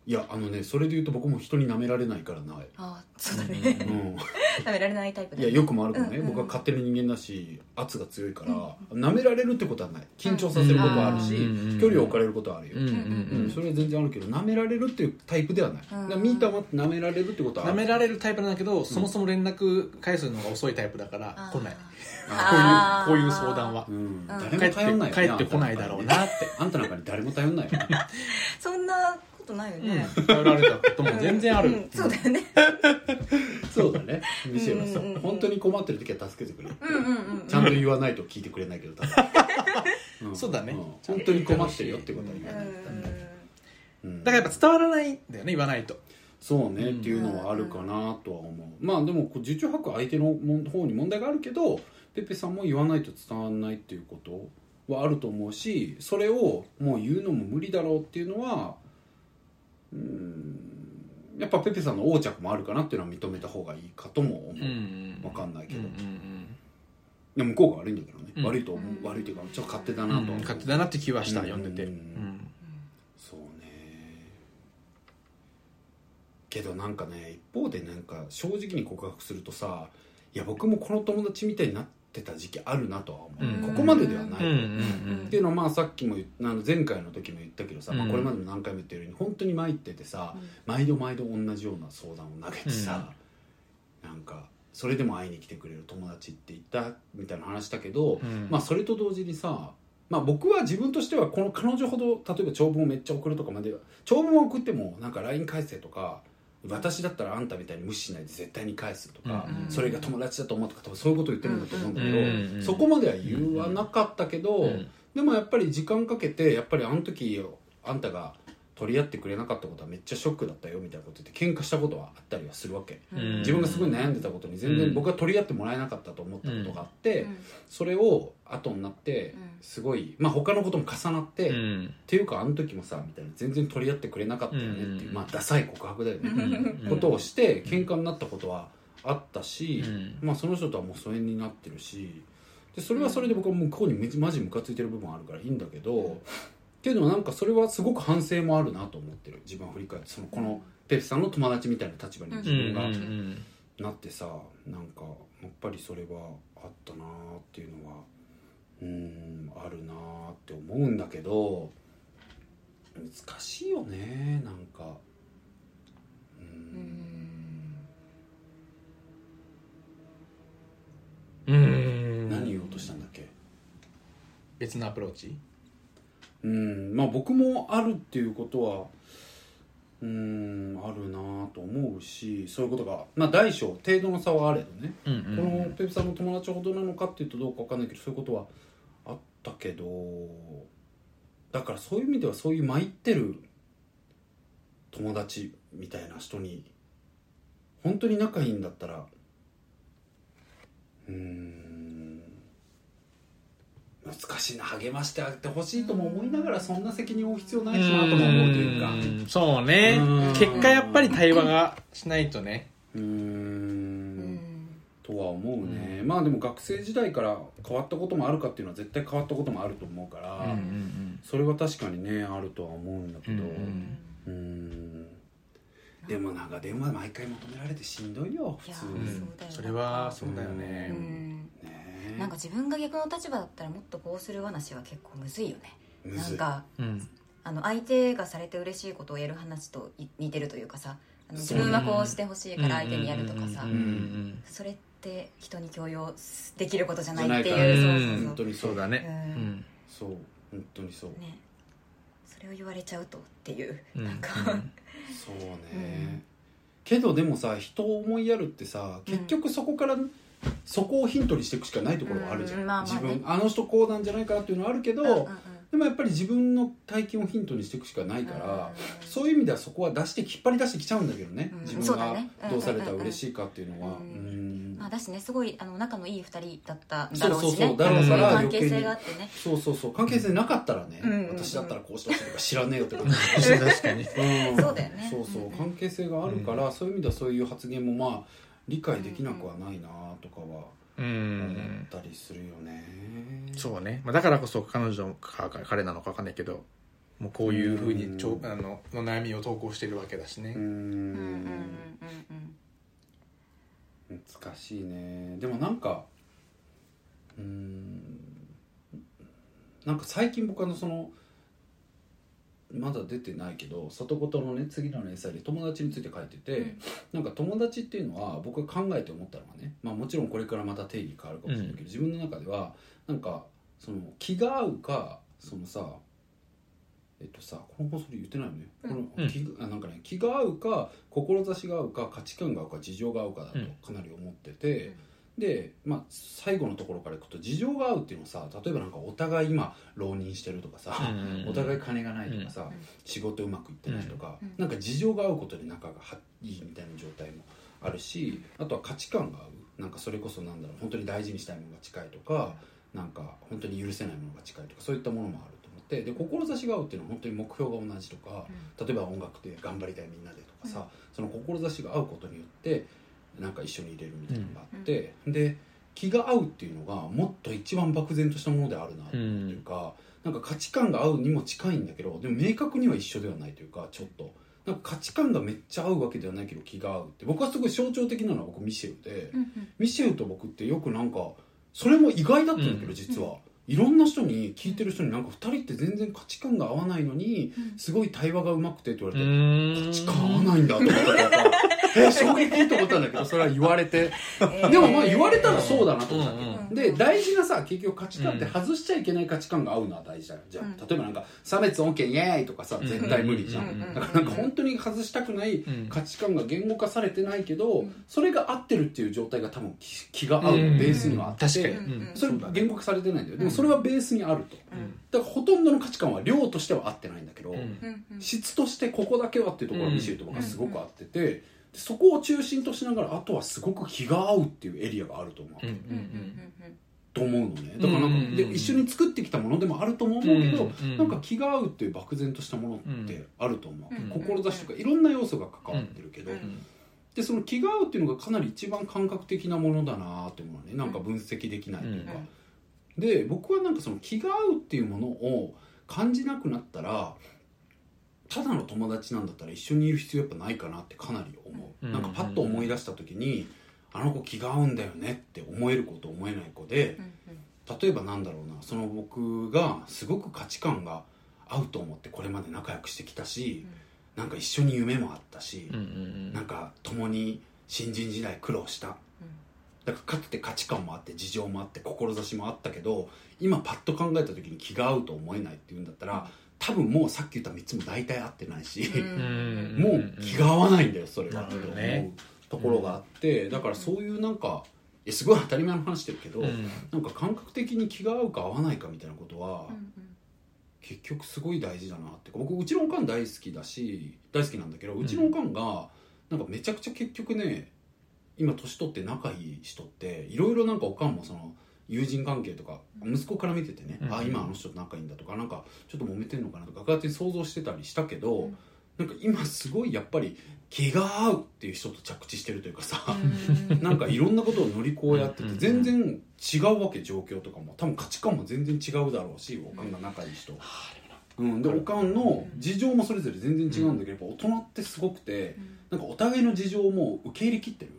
Speaker 3: いやあのねそれで言うと僕も人に舐められないからない、
Speaker 4: ああそうだね
Speaker 3: うん、
Speaker 4: 食べられないタイプ
Speaker 3: い
Speaker 4: だ
Speaker 3: やよくもあるけどね、
Speaker 4: うんうん
Speaker 3: 僕は勝手な人間だし圧が強いから、舐められるってことはない緊張させることはあるし、
Speaker 2: うん
Speaker 3: 距離を置かれることはあるよ、
Speaker 2: うんうんうん
Speaker 3: うんそれは全然あるけど舐められるっていうタイプではない、だ
Speaker 4: うん
Speaker 3: からミーターは舐められるってことはあ
Speaker 2: 舐
Speaker 3: る
Speaker 2: められるタイプなんだけど、そもそも連絡返すのが遅いタイプだから
Speaker 4: あー
Speaker 2: 来ない
Speaker 4: あー
Speaker 2: こういうこういう相談は
Speaker 3: うん、
Speaker 2: 帰
Speaker 3: 誰も
Speaker 2: って
Speaker 3: 頼んないよ
Speaker 2: 帰ってこないだろうなって
Speaker 3: あんたなんかに誰も頼んないよね
Speaker 4: そんなことないよね
Speaker 2: うん頼られたことも全然ある、
Speaker 4: うんそうだよね
Speaker 3: そうだねミシェルはさ、
Speaker 4: うんうんうん
Speaker 3: 本当に困ってる時は助けてくれる、
Speaker 4: うんうんうんうん
Speaker 3: ちゃんと言わないと聞いてくれないけど多 分ん
Speaker 2: そうだね
Speaker 3: ん本当に困ってるよってことは言わな
Speaker 4: う
Speaker 3: いとダメだ、
Speaker 4: ん
Speaker 3: うん
Speaker 2: だからやっぱ伝わらないんだよね言わないと
Speaker 3: そうね、
Speaker 2: うん
Speaker 3: っていうのはあるかなとは思うまあでもこう受注白相手のもん方に問題があるけどペペさんも言わないと伝わらないっていうことはあると思うしそれをもう言うのも無理だろうっていうのはうんやっぱペペさんの横着もあるかなっていうのは認めた方がいいかとも思う、
Speaker 2: ん
Speaker 3: わかんないけど、
Speaker 2: うんうん
Speaker 3: でも向こうが悪いんだけどね、
Speaker 2: うん
Speaker 3: 悪いと思う悪いというかちょっと勝手だなとは
Speaker 2: うん
Speaker 3: 思う、
Speaker 2: 勝手だなって気はした、
Speaker 3: うん
Speaker 2: 読んでて、
Speaker 3: う
Speaker 2: うんん
Speaker 3: そうねけどなんかね一方でなんか正直に告白するとさいや僕もこの友達みたいになってた時期あるなとは思う、
Speaker 2: う
Speaker 3: こ
Speaker 2: ん
Speaker 3: こまでではない、
Speaker 2: うん
Speaker 3: っ
Speaker 2: うん
Speaker 3: ていうのはまあさっきも言っあの前回の時も言ったけどさ、まあ
Speaker 2: うん
Speaker 3: これまでも何回も言ってるように本当に参っててさ、
Speaker 4: うん
Speaker 3: 毎度毎度同じような相談を投げてさ、なんかそれでも会いに来てくれる友達って言ったみたいな話だけど、
Speaker 2: うん
Speaker 3: まあそれと同時にさまあ僕は自分としてはこの彼女ほど例えば長文をめっちゃ送るとかまでは長文を送ってもなんか LINE 返せとか私だったらあんたみたいに無視しないで絶対に返すとか、
Speaker 2: うん
Speaker 3: それが友達だと思うとか多分そういうこと言ってるんだと思うんだけど、
Speaker 2: うん
Speaker 3: そこまでは言わなかったけど、
Speaker 2: うん
Speaker 3: でもやっぱり時間かけてやっぱりあの時あんたが取り合ってくれなかったことはめっちゃショックだったよみたいなこと言って喧嘩したことはあったりはするわけ
Speaker 2: うん
Speaker 3: 自分がすごい悩んでたことに全
Speaker 2: うん
Speaker 3: 然僕が取り合ってもらえなかったと思ったことがあって、
Speaker 4: うん
Speaker 3: それを後になって
Speaker 4: うん
Speaker 3: すごい、まあ、他のことも重なって、
Speaker 2: う
Speaker 3: っ
Speaker 2: ん
Speaker 3: ていうかあの時もさみたいな全然取り合ってくれなかったよねっていう、
Speaker 2: うん
Speaker 3: まあダサい告白だよね、
Speaker 2: うん
Speaker 3: ことをして喧嘩になったことはあったし、
Speaker 2: うん
Speaker 3: まあ、その人とはもう疎遠になってるしでそれはそれで僕は向こうにめマジムカついてる部分あるからいいんだけどけどなんかそれはすごく反省もあるなと思ってる自分を振り返ってそのこのペプさんの友達みたいな立場に自分が
Speaker 2: ん
Speaker 3: なってさなんかやっぱりそれはあったなーっていうのはうーんあるなーって思うんだけど難しいよねなんかうー
Speaker 4: うんん
Speaker 2: うん
Speaker 3: 何言おうとしたんだっけ
Speaker 2: 別のアプローチ
Speaker 3: うんまあ僕もあるっていうことはうんあるなぁと思うしそういうことがまあ大小程度の差はあれどね、
Speaker 2: うん
Speaker 3: このペプさんの友達ほどなのかっていうとどうかわかんないけどそういうことはあったけどだからそういう意味ではそういう参ってる友達みたいな人に本当に仲いいんだったらうん難しいな励ましてあげてほしいとも思いながらそんな責任を負う必要ないしなとも思うというか
Speaker 2: うんそうね
Speaker 3: うん
Speaker 2: 結果やっぱり対話がしないとね
Speaker 3: うー
Speaker 4: うんん
Speaker 3: とは思うね、まあでも学生時代から変わったこともあるかっていうのは絶対変わったこともあると思うから、
Speaker 2: ん
Speaker 3: それは確かにねあるとは思うんだけど
Speaker 2: う
Speaker 3: うんーんでもなんか電話毎回求められてしんどいよ普通
Speaker 4: う
Speaker 2: うんん
Speaker 4: そうだよ
Speaker 2: それはそうだよね
Speaker 4: うん
Speaker 3: ね
Speaker 4: なんか自分が逆の立場だったらもっとこうする話は結構むずいよね
Speaker 3: む
Speaker 4: な
Speaker 3: ず
Speaker 4: ん
Speaker 3: い
Speaker 4: か
Speaker 2: うん
Speaker 4: あの相手がされて嬉しいことをやる話とい似てるというかさあの自
Speaker 3: そう
Speaker 4: 分はこうしてほしいから相手にやるとかさ
Speaker 2: うんうん
Speaker 4: それって人に強要できることじゃな
Speaker 3: じゃないい
Speaker 4: って
Speaker 3: から
Speaker 4: いう
Speaker 2: ね
Speaker 4: そうそう
Speaker 3: 本
Speaker 4: そ
Speaker 3: 当
Speaker 4: う
Speaker 3: に
Speaker 2: そ
Speaker 3: そうう
Speaker 2: だ
Speaker 3: だ
Speaker 2: ね
Speaker 4: うん
Speaker 3: そう本当にそう、
Speaker 4: ねそれを言われちゃうとっていう
Speaker 2: うん
Speaker 4: なんか
Speaker 3: そうね、
Speaker 4: うん
Speaker 3: けどでもさ人を思いやるってさ結局そこから、そこをヒントにしていくしかないところはあるじゃん、
Speaker 4: うんまあまあね
Speaker 3: 自分あの人こうなんじゃないかなっていうのはあるけど、
Speaker 4: うんうんうん
Speaker 3: でもやっぱり自分の体験をヒントにしていくしかないから、そういう意味ではそこは出して引っ張り出してきちゃうんだけどね、
Speaker 4: うん
Speaker 3: 自
Speaker 4: そ
Speaker 3: 分
Speaker 4: うだ
Speaker 3: が
Speaker 4: ねうん
Speaker 3: どうされたら嬉しいかっていうのは、
Speaker 4: う
Speaker 3: うんん
Speaker 4: まあだしねすごいあの仲のいい二人だったんだ
Speaker 3: そう
Speaker 4: ろう
Speaker 3: そう
Speaker 4: し
Speaker 3: そ
Speaker 4: ね
Speaker 3: うだろうから
Speaker 4: 関
Speaker 3: 余計
Speaker 4: 係
Speaker 3: に
Speaker 4: 性があってね
Speaker 3: そうそうそう関係性なかったらね、
Speaker 4: うん
Speaker 3: 私だったらこうしてほしいとか知らねえよとか、
Speaker 2: 確かに
Speaker 3: うん
Speaker 4: そうだよね
Speaker 3: そうそう
Speaker 4: うんうん
Speaker 3: 関係性があるから、そういう意味ではそういう発言もまあ理解できなくはないなとかは
Speaker 2: う
Speaker 3: 思っ
Speaker 2: ん
Speaker 3: たりするよね、
Speaker 2: そうね、まあ、だからこそ彼女か彼なのか分かんないけどもうこういうふうにちょ
Speaker 3: うん
Speaker 2: あのの悩みを投稿してるわけだしね、
Speaker 3: う
Speaker 4: うんんうんうん
Speaker 3: 難しいねでもなんかうーんなんか最近僕あのそのまだ出てないけど外事のね次の連載で友達について書いてて、
Speaker 4: うん
Speaker 3: なんか友達っていうのは僕が考えて思ったのはね、まあ、もちろんこれからまた定義変わるかもしれないけど、自分の中ではなんかその気が合うかそのさえっとさこの放送で言ってないよね、
Speaker 4: うん
Speaker 3: この気があなんかね気が合うか志が合うか価値観が合うか事情が合うかだと
Speaker 2: うん
Speaker 3: かなり思ってて、で、まあ、最後のところからいくと事情が合うっていうのはさ例えばなんかお互い今浪人してるとかさ、
Speaker 2: うん
Speaker 3: お互い金がないとかさ、
Speaker 4: ん
Speaker 3: 仕事うまくいってないとか、
Speaker 4: うん
Speaker 3: なんか事情が合うことで仲がはいいみたいな状態もあるしあとは価値観が合うなんかそれこそなんだろう本当に大事にしたいものが近いとかなんか本当に許せないものが近いとかそういったものもあると思ってで志が合うっていうのは本当に目標が同じとか、例えば音楽で頑張りたいみんなでとかさ、その志が合うことによってなんか一緒にいれるみたいなのがあって、で気が合うっていうのがもっと一番漠然としたものであるなっていうか、なんか価値観が合うにも近いんだけどでも明確には一緒ではないというかちょっと。なんか価値観がめっちゃ合うわけではないけど気が合うって僕はすごい象徴的なのは僕ミシェルで、
Speaker 4: うんうん
Speaker 3: ミシェルと僕ってよくなんかそれも意外だったんだけど、
Speaker 2: うん
Speaker 3: 実は、いろんな人に聞いてる人になんか2人って全然価値観が合わないのに
Speaker 4: うん
Speaker 3: すごい対話がうまくてって言われて、
Speaker 2: 価
Speaker 3: 価値観合わないんだと思ったからえ衝撃と思ったんだけどそれは言われてでもまあ言われたらそうだなと思ったわけ、
Speaker 2: うん
Speaker 4: うん
Speaker 3: で大事なさ結局価値観って外しちゃいけない価値観が合うのは大事だよじゃあ、
Speaker 4: うん
Speaker 3: 例えばなんか「差別 OK イエーイ!」とかさ絶対無理じゃん、
Speaker 4: うんうんうん
Speaker 3: だからなんか本当に外したくない
Speaker 2: うん
Speaker 3: 価値観が言語化されてないけど、
Speaker 4: うん
Speaker 3: それが合ってるっていう状態が多分気気が合うベースにはあって、
Speaker 2: 確かに、
Speaker 4: うん
Speaker 3: それ
Speaker 2: そうだね
Speaker 3: 言語化されてないんだよでもそれはベースにあると
Speaker 4: うん
Speaker 3: だからほとんどの価値観は量としては合ってないんだけど、
Speaker 2: うん
Speaker 4: うんうん
Speaker 3: 質としてここだけはっていうところが見せるところがすごく合ってて、でそこを中心としながらあとはすごく気が合うっていうエリアがあると思う、
Speaker 2: うんうん
Speaker 4: うんうん
Speaker 3: と思うのねだからなんか、
Speaker 2: うんうんうん
Speaker 3: で一緒に作ってきたものでもあるとも思うけど、
Speaker 2: うんうん
Speaker 3: なんか気が合うっていう漠然としたものってあると思う、
Speaker 4: うん
Speaker 3: 志とかいろんな要素が関わってるけど、
Speaker 4: うんうん
Speaker 3: でその気が合うっていうのがかなり一番感覚的なものだなと思うねなんか分析できないというか、で僕はなんかその気が合うっていうものを感じなくなったらただの友達なんだったら一緒にいる必要やっぱないかなってかなり思う、
Speaker 2: うん
Speaker 3: なんかパッと思い出した時にあの子気が合うんだよねって思える子と思えない子で
Speaker 4: うんうん
Speaker 3: 例えばなんだろうなその僕がすごく価値観が合うと思ってこれまで仲良くしてきたしなんか一緒に夢もあったし
Speaker 2: うんうん
Speaker 3: なんか共に新人時代苦労しただからかつて価値観もあって事情もあって志もあったけど今パッと考えた時に気が合うと思えないっていうんだったら多分もうさっき言った3つも大体合ってないし、
Speaker 4: う
Speaker 2: う
Speaker 4: ん
Speaker 2: ん
Speaker 3: もう気が合わないんだよそれは
Speaker 2: なるほど
Speaker 3: 思
Speaker 2: ね
Speaker 3: うところがあって、だからそういうなんかえすごい当たり前の話してるけど、
Speaker 2: うん
Speaker 3: なんか感覚的に気が合うか合わないかみたいなことは、
Speaker 4: うん
Speaker 3: 結局すごい大事だなって僕うちのおかん大好きだし大好きなんだけどうちのおかんがなんかめちゃくちゃ結局ね今年取って仲いい人っていろいろなんかおかんもその友人関係とか息子から見ててね、
Speaker 2: うん
Speaker 3: あ今あの人と仲いいんだとかなんかちょっと揉めてんのかなとか勝手に想像してたりしたけど、
Speaker 4: うん
Speaker 3: なんか今すごいやっぱり気が合うっていう人と着地してるというかさ、
Speaker 4: うん
Speaker 3: なんかいろんなことを乗り越えやってて
Speaker 2: うん
Speaker 3: 全然違うわけ状況とかも多分価値観も全然違うだろうしおかんが仲いい人、うん、でおかんの事情もそれぞれ全然違うんだけどやっぱ大人ってすごくてなんかお互いの事情も受け入れきってる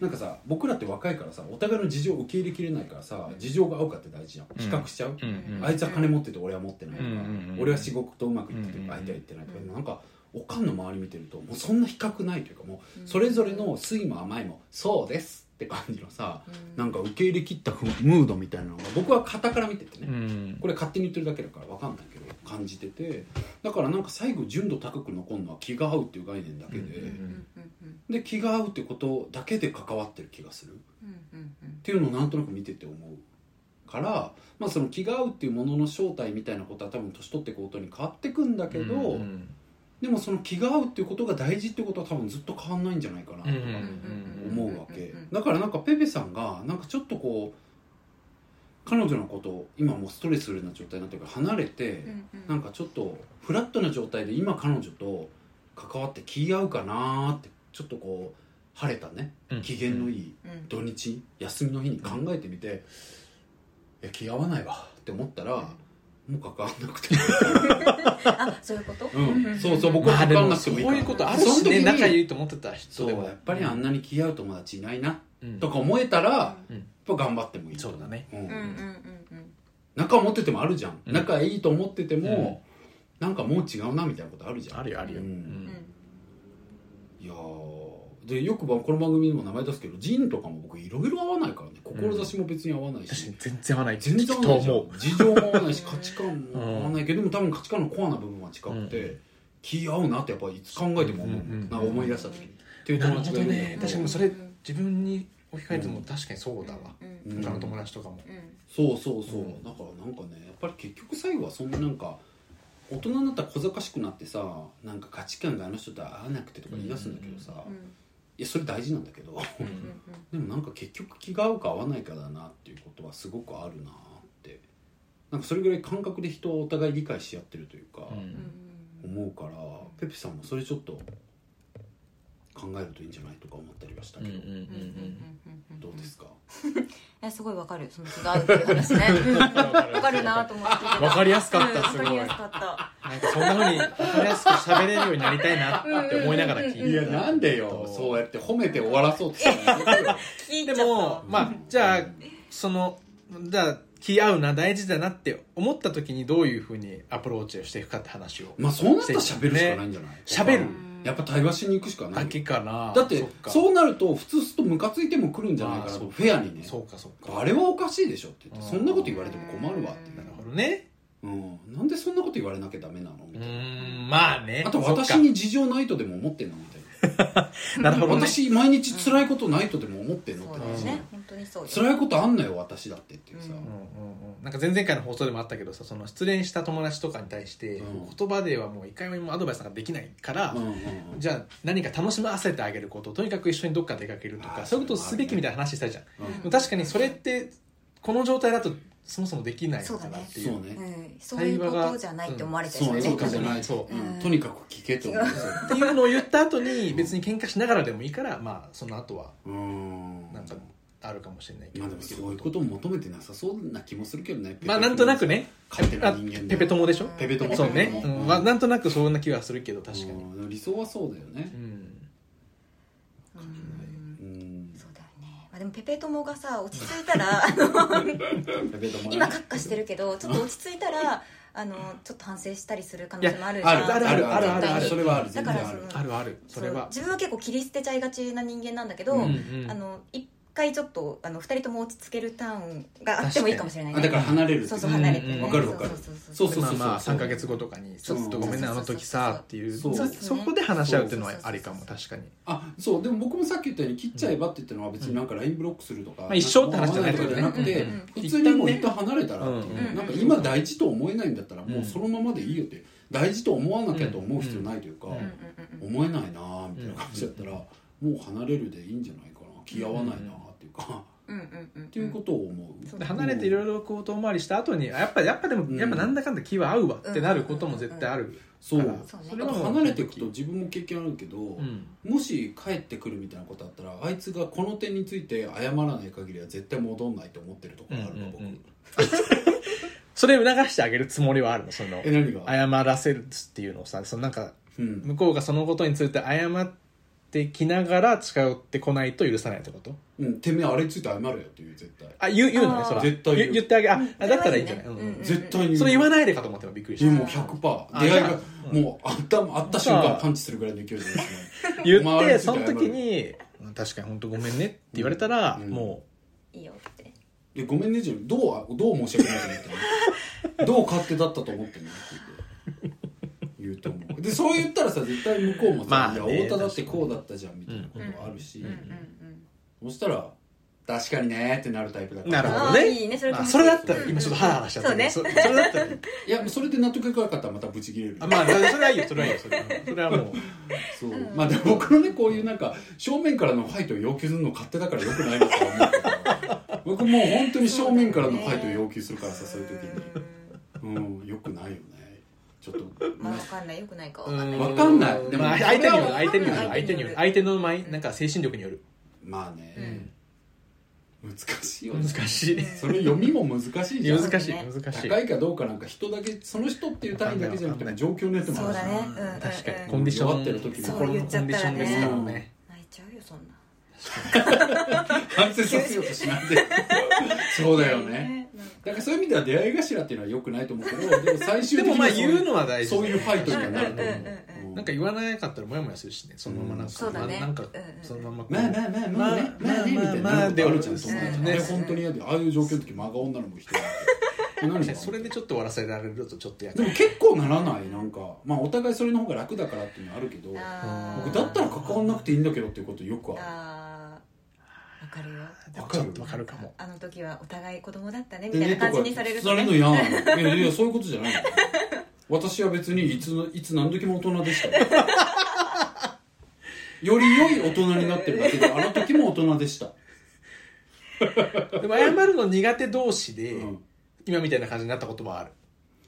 Speaker 3: なんかさ僕らって若いからさお互いの事情を受け入れきれないからさ事情が合うかって大事じゃん
Speaker 2: ん
Speaker 3: 比較しちゃう、
Speaker 2: うんうん
Speaker 3: あいつは金持ってて俺は持ってないとか、
Speaker 2: うんうんうん
Speaker 3: 俺は仕事うまくいってて
Speaker 2: うんうん
Speaker 3: 相手は行ってないとか、
Speaker 4: うん
Speaker 3: でもなんかおかんの周り見てるともうそんな比較ないというかもうそれぞれの酸いも甘いもそうですって感じのさなんか受け入れきったムードみたいなのが僕は肩から見ててね、
Speaker 2: うん
Speaker 3: これ勝手に言ってるだけだから分かんないけど感じててだからなんか最後純度高く残るのは気が合うっていう概念だけで、
Speaker 2: うんうん
Speaker 3: で気が合うってことだけで関わってる気がするっていうのをなんとなく見てて思うから、まあ、その気が合うっていうものの正体みたいなことは多分年取っていくことに変わってくんだけど、
Speaker 2: うんうん
Speaker 3: でもその気が合うっていうことが大事ってことは多分ずっと変わんないんじゃないかなとか思うわけ、
Speaker 4: うんうんうん
Speaker 3: だからなんかペペさんがなんかちょっとこう彼女のことを今もうストレスフルな状態になってるから離れて、なんかちょっとフラットな状態で今彼女と関わって気合うかなーってちょっとこう晴れたね
Speaker 2: うん
Speaker 3: 機嫌のいい
Speaker 4: うん
Speaker 3: 土日休みの日に考えてみて、いや気合わないわって思ったら、もう関わんなくてもいい
Speaker 4: あそういうこと
Speaker 3: うん、そうそう僕
Speaker 2: ま
Speaker 3: は
Speaker 2: あで
Speaker 3: 関わん
Speaker 2: も
Speaker 3: なくて
Speaker 2: そう
Speaker 3: もいい
Speaker 2: いうことある
Speaker 3: そ
Speaker 2: し
Speaker 3: の時
Speaker 2: ね
Speaker 3: に
Speaker 2: 仲いいと思ってた人
Speaker 3: そう
Speaker 2: でも
Speaker 3: やっぱりあんなに気合う友達いないな
Speaker 2: うん
Speaker 3: とか思えたら、やっぱ頑張ってもいい
Speaker 2: そうだね
Speaker 3: うん
Speaker 4: うんうん
Speaker 3: 仲持っててもあるじゃん、
Speaker 2: うん
Speaker 3: 仲いいと思ってても、なんかもう違うなみたいなことあるじゃん
Speaker 2: あるよあるよ
Speaker 3: うん
Speaker 4: うんうん
Speaker 3: いやーでよくばこの番組でも名前出すけどジンとかも僕いろいろ合わないからね志も別に合わないし、
Speaker 2: 私全然合わない
Speaker 3: 全然合わ
Speaker 2: と
Speaker 3: ないじゃ
Speaker 2: 思
Speaker 3: ん事情も合わないし価値観も合わないけど、でも多分価値観のコアな部分は近くて、
Speaker 2: うん
Speaker 3: 気合うなってやっぱいつ考えても思う、
Speaker 2: うんうんうん
Speaker 3: なんか思い出した時に、っていうう
Speaker 2: なる
Speaker 3: 友
Speaker 2: ほ
Speaker 3: 達
Speaker 2: ど
Speaker 3: がいるんだけ
Speaker 2: ね
Speaker 3: ど
Speaker 2: 確かにそれ自分に置き換えても確かにそうだわ
Speaker 4: うん
Speaker 2: 他の友達とかも
Speaker 3: そうそうそう、
Speaker 2: うん
Speaker 3: だからなんかねやっぱり結局最後はそんななんか大人になったら小賢しくなってさなんか価値観があの人と合わなくてとか言い出すんだけどさ、
Speaker 4: う
Speaker 3: い
Speaker 4: ん
Speaker 3: やそれ大事なんだけど
Speaker 2: うん
Speaker 3: でもなんか結局気が合うか合わないかだなっていうことはすごくあるなってなんかそれぐらい感覚で人はお互い理解し合ってるというか、
Speaker 2: うん
Speaker 3: 思うからペペさんもそれちょっと考えるといいんじゃないとか思ったりはした
Speaker 2: うん
Speaker 3: け
Speaker 2: うん
Speaker 3: ど、
Speaker 2: う
Speaker 3: どう
Speaker 2: ん
Speaker 3: ですか、
Speaker 4: えすごいわかるその気が合うっていう話ねわかるなと思って聞いてた
Speaker 2: わかりやすかった
Speaker 4: うん
Speaker 2: すごい
Speaker 4: わかりやすかった
Speaker 2: なんかそんなふうにわかりやすく喋れるようになりたいなって思いながら聞いてた
Speaker 3: いやなんでよそうやって褒めて終わらそうとしたの
Speaker 4: 聞いち
Speaker 2: で
Speaker 4: ゃった
Speaker 2: もまあじゃあそのじゃあ気合うな大事だなって思った時にどういうふうにアプローチをしていくかって話を
Speaker 3: まあそうなったら喋るしかないんじゃない
Speaker 2: 喋
Speaker 4: う
Speaker 2: る
Speaker 4: ん
Speaker 3: やっぱ対話しに行くしかない
Speaker 2: だ
Speaker 3: よ
Speaker 2: けかな
Speaker 3: だって
Speaker 2: そ
Speaker 3: そ
Speaker 2: っか
Speaker 3: うなると普通するとムカついても来るんじゃないか
Speaker 2: あ
Speaker 3: な
Speaker 2: ーそう
Speaker 3: フェアにね
Speaker 2: そうかそうか
Speaker 3: あれはおかしいでしょって言って
Speaker 2: うん
Speaker 3: そんなこと言われても困るわって
Speaker 2: なるほどね
Speaker 3: うん、なんでそんなこと言われなきゃダメなのみ
Speaker 2: う
Speaker 3: たいな
Speaker 2: ーんまあね
Speaker 3: あと
Speaker 2: そっか
Speaker 3: 私に事情ないとでも思ってんのみたいな
Speaker 2: なるほどね
Speaker 3: 私毎日辛いことないとでも思ってんの
Speaker 4: そ
Speaker 3: っ
Speaker 4: う
Speaker 3: て
Speaker 4: で
Speaker 3: 話
Speaker 4: すね本当にそうです
Speaker 3: 辛いことあんのよ私だってっていうさ、
Speaker 4: う
Speaker 2: うんうんうんなんか前々回の放送でもあったけどさその失恋した友達とかに対して、
Speaker 3: うん
Speaker 2: 言葉ではもう一回もアドバイスなんかできないから、
Speaker 3: うんうんうん
Speaker 2: じゃあ何か楽しませてあげることとにかく一緒にどっか出かけると
Speaker 3: あ
Speaker 2: か
Speaker 3: ー
Speaker 2: そういうことをすべきみたいな話したじゃん、
Speaker 3: うん
Speaker 4: うん
Speaker 2: 確かにそれってこの状態だとそもそもできないのかなっていう
Speaker 3: そう
Speaker 4: う
Speaker 3: ね、
Speaker 4: ん、そういうことじゃないって思われたりす
Speaker 3: そう
Speaker 4: る
Speaker 3: ね
Speaker 4: ね
Speaker 3: そうかじゃない
Speaker 2: そう
Speaker 3: うんとにかく聞けと思う
Speaker 2: っていうのを言った後に別に喧嘩しながらでもいいからまあその後は
Speaker 3: うん
Speaker 2: なんかあるかもしれないけ
Speaker 3: ま
Speaker 2: ど
Speaker 3: あでもそういうことを求めてなさそうな気もするけどね
Speaker 2: まあなんとなくね
Speaker 3: 勝手な人間で
Speaker 2: あペペ友でしょ
Speaker 3: ペペ友
Speaker 2: そうね、
Speaker 3: う
Speaker 2: うんんまあ、なんとなくそんな気はするけど確かに
Speaker 3: うん理想はそうだよね
Speaker 2: うん
Speaker 4: うん
Speaker 3: うん
Speaker 4: そうだよねまあでもペペ友がさ落ち着い たらあの
Speaker 3: ペペ友ね
Speaker 4: 今カッカしてるけどちょっと落ち着いたらあのちょっと反省したりする可能性もあるじゃん
Speaker 3: あるあるあるあるある
Speaker 4: 絶対に
Speaker 3: それはある
Speaker 4: だ
Speaker 3: 全
Speaker 4: か
Speaker 3: 然
Speaker 4: ら
Speaker 3: あ
Speaker 4: そ
Speaker 3: る
Speaker 4: の
Speaker 2: あるあるそれ
Speaker 4: う
Speaker 2: は
Speaker 4: 自分は結構切り捨てちゃいがちな人間なんだけど、
Speaker 3: うん
Speaker 2: うん
Speaker 4: あの一回ちょっとあの二人とも落ち着けるターンがあってもいいかもしれない、
Speaker 3: あだから離れるって
Speaker 4: そ
Speaker 3: いうう
Speaker 4: そう離れて、
Speaker 2: う
Speaker 4: ね、
Speaker 2: んわか
Speaker 3: るわかる
Speaker 4: そうそう
Speaker 3: そうそう
Speaker 4: そう
Speaker 3: そうそう
Speaker 2: まあまあ3か月後とかにち
Speaker 3: そう
Speaker 2: ょっとごめんねあの時さっていう
Speaker 3: そう
Speaker 2: そそこで話し合うっていうのは
Speaker 4: そう
Speaker 2: ありかも確かに
Speaker 3: あそうでも僕もさっき言ったように切っちゃえばって言ったのは別になんか LINE ブロックするとか、
Speaker 2: あ一緒って話じゃないけどね
Speaker 3: とかじゃなくて、
Speaker 4: うんうん
Speaker 3: 普通にもう一旦離れたら、
Speaker 2: うん
Speaker 4: うん
Speaker 3: なんか今大事と思えないんだったらもううんそのままでいいよって大事と思わなきゃと思う必要ないというか、
Speaker 2: うんうん
Speaker 4: うんうんうん
Speaker 3: 思えないなーみたいな感じだったら、もう離れるでいいんじゃないかな気合わないなーっていうか、っ
Speaker 4: うんうんうん
Speaker 3: ていうことを思う、
Speaker 4: そう
Speaker 2: で離れていろいろこう遠回りした後にあやっぱやっぱでも、
Speaker 3: うん
Speaker 2: やっぱなんだかんだ気は合うわってなることも絶対ある
Speaker 3: そ
Speaker 2: か
Speaker 3: う
Speaker 2: ら、
Speaker 4: そうね
Speaker 2: それ
Speaker 3: なん
Speaker 2: は
Speaker 3: か
Speaker 2: もう
Speaker 3: 離れていくと自分も経験あるけど、
Speaker 2: うん
Speaker 3: もし帰ってくるみたいなことあったらあいつがこの点について謝らない限りは絶対戻んないと思ってるところがあるわ、
Speaker 2: うんうんうん
Speaker 3: 僕
Speaker 2: それを促してあげるつもりはあるのその
Speaker 3: え何が、
Speaker 2: 謝らせるっていうのをさそのなんか
Speaker 3: うん、
Speaker 2: 向こうがそのことについて謝ってきながら近寄ってこないと許さないってこと
Speaker 3: うん、てめえあれについて謝れよっていう絶対
Speaker 2: あ言う言うの
Speaker 4: あ
Speaker 2: ね
Speaker 4: ー
Speaker 2: そら
Speaker 3: 絶対言う
Speaker 2: 言言ってあげあ
Speaker 4: うん
Speaker 2: あだったらいいんじゃない、
Speaker 4: それはいいね
Speaker 2: うん
Speaker 4: うん
Speaker 3: 絶対に
Speaker 2: それ言わないでかと思ってもびっくりし
Speaker 3: いや
Speaker 2: た
Speaker 3: もう100%
Speaker 2: あ
Speaker 3: 出会い
Speaker 2: じ
Speaker 3: が
Speaker 2: ゃあ
Speaker 3: もうあったあった瞬間パンチするぐらいの勢いでですね
Speaker 2: 言
Speaker 3: お
Speaker 2: っ
Speaker 3: 前
Speaker 2: て
Speaker 3: は
Speaker 2: その時に「確かに本当ごめんね」って言われたら、
Speaker 3: うん
Speaker 2: も
Speaker 4: いいよって
Speaker 3: でごめんねじゃんどうあどう申し訳ないと思ってんの どう勝手だったと思ってんのって言って言うと思うでそう言ったらさ絶対向こうもさ「
Speaker 2: まあね
Speaker 3: いや太田だってこうだったじゃん」みたいなことあるし、
Speaker 4: うんうんうん
Speaker 3: そしたら「確かにね」ってなるタイプだから
Speaker 2: なるほど
Speaker 4: あ
Speaker 2: ね
Speaker 4: ーいいねそうれ
Speaker 2: あそれだった
Speaker 3: う
Speaker 2: ら
Speaker 3: ん
Speaker 2: 今ちょっとハラハラしちゃったけど
Speaker 4: そう
Speaker 2: そそれだったらいい
Speaker 3: いやそれで納得いかなかったらまたブチ切れる
Speaker 2: あまあそれはいいよそれはいいよそれはそれはもう
Speaker 3: そう、まあでも僕のねこういうなんか正面からのファイトを要求するの勝手だからよくないなとは思うけど僕もう本当に正面からのファイトを要求するからさそういう時にうんよくないよねちょっと
Speaker 4: まあわかんないよく ないかわかんない
Speaker 3: わかんないで
Speaker 2: で
Speaker 3: も
Speaker 2: も、まあ、相手による
Speaker 4: それは
Speaker 2: 相手による
Speaker 4: 相
Speaker 2: 相
Speaker 4: 手
Speaker 2: 手に
Speaker 4: によ
Speaker 2: よ
Speaker 4: る
Speaker 2: る相手の前なんか精神力による
Speaker 3: まあね、難しいよね
Speaker 2: 難しい
Speaker 3: それ読みも難しいじゃん
Speaker 2: 難しい
Speaker 4: そう
Speaker 2: 難しい
Speaker 3: 高いかどうかなんか人だけその人っていう単位だけじゃなくて状況によってもあ
Speaker 4: そう
Speaker 3: るし
Speaker 4: だね、うんうんうん、
Speaker 2: 確かに
Speaker 3: こ
Speaker 2: コンディション
Speaker 3: 弱ってる時も
Speaker 2: 心のコンディションですからね
Speaker 4: 泣いちゃうよそんな
Speaker 3: 反省させようとしないでそうだよね
Speaker 4: うん
Speaker 3: だからそういう意味では出会い頭っていうのは良くないと思うけどでも最終
Speaker 2: で
Speaker 3: 的に
Speaker 2: もまあ
Speaker 3: はそういう
Speaker 2: 言うのは大事
Speaker 3: そういうファイトにはなる
Speaker 4: うん
Speaker 3: と
Speaker 4: うん
Speaker 3: 思
Speaker 4: う
Speaker 3: う、
Speaker 4: ん
Speaker 3: うん
Speaker 2: なんか言わなかったらモヤモヤするしねそのままなんか、
Speaker 4: そうだね
Speaker 2: ななんか
Speaker 4: うんうん
Speaker 2: そのままこう
Speaker 3: まあまあまあまあね、まあ、ねみたいななんかあるじゃん友
Speaker 4: まあ
Speaker 3: 達
Speaker 4: まあ
Speaker 3: ね
Speaker 4: まあ
Speaker 3: 本当に嫌でああいう状況の時真顔になるもん人なんて何が
Speaker 2: それでちょっと終わらせられるとちょっとや
Speaker 3: でも結構ならないなんかまあお互いそれの方が楽だからっていうのはあるけど
Speaker 4: あー
Speaker 3: 僕だったら関わんなくていいんだけどっていうことよくあ
Speaker 4: あーわかるよ
Speaker 3: わか
Speaker 2: ち
Speaker 3: る
Speaker 2: ょっとわかるかも
Speaker 4: あの時はお互い子供だったね
Speaker 3: る
Speaker 4: みたいな感じにされるとね
Speaker 3: でねとかされるの嫌なのいやいやそういうことじゃないの私は別にいつのいつ何時も大人でしたよより良い大人になってるだけであの時も大人で した、
Speaker 2: でも謝るの苦手同士で、
Speaker 3: うん
Speaker 2: 今みたいな感じになったこともある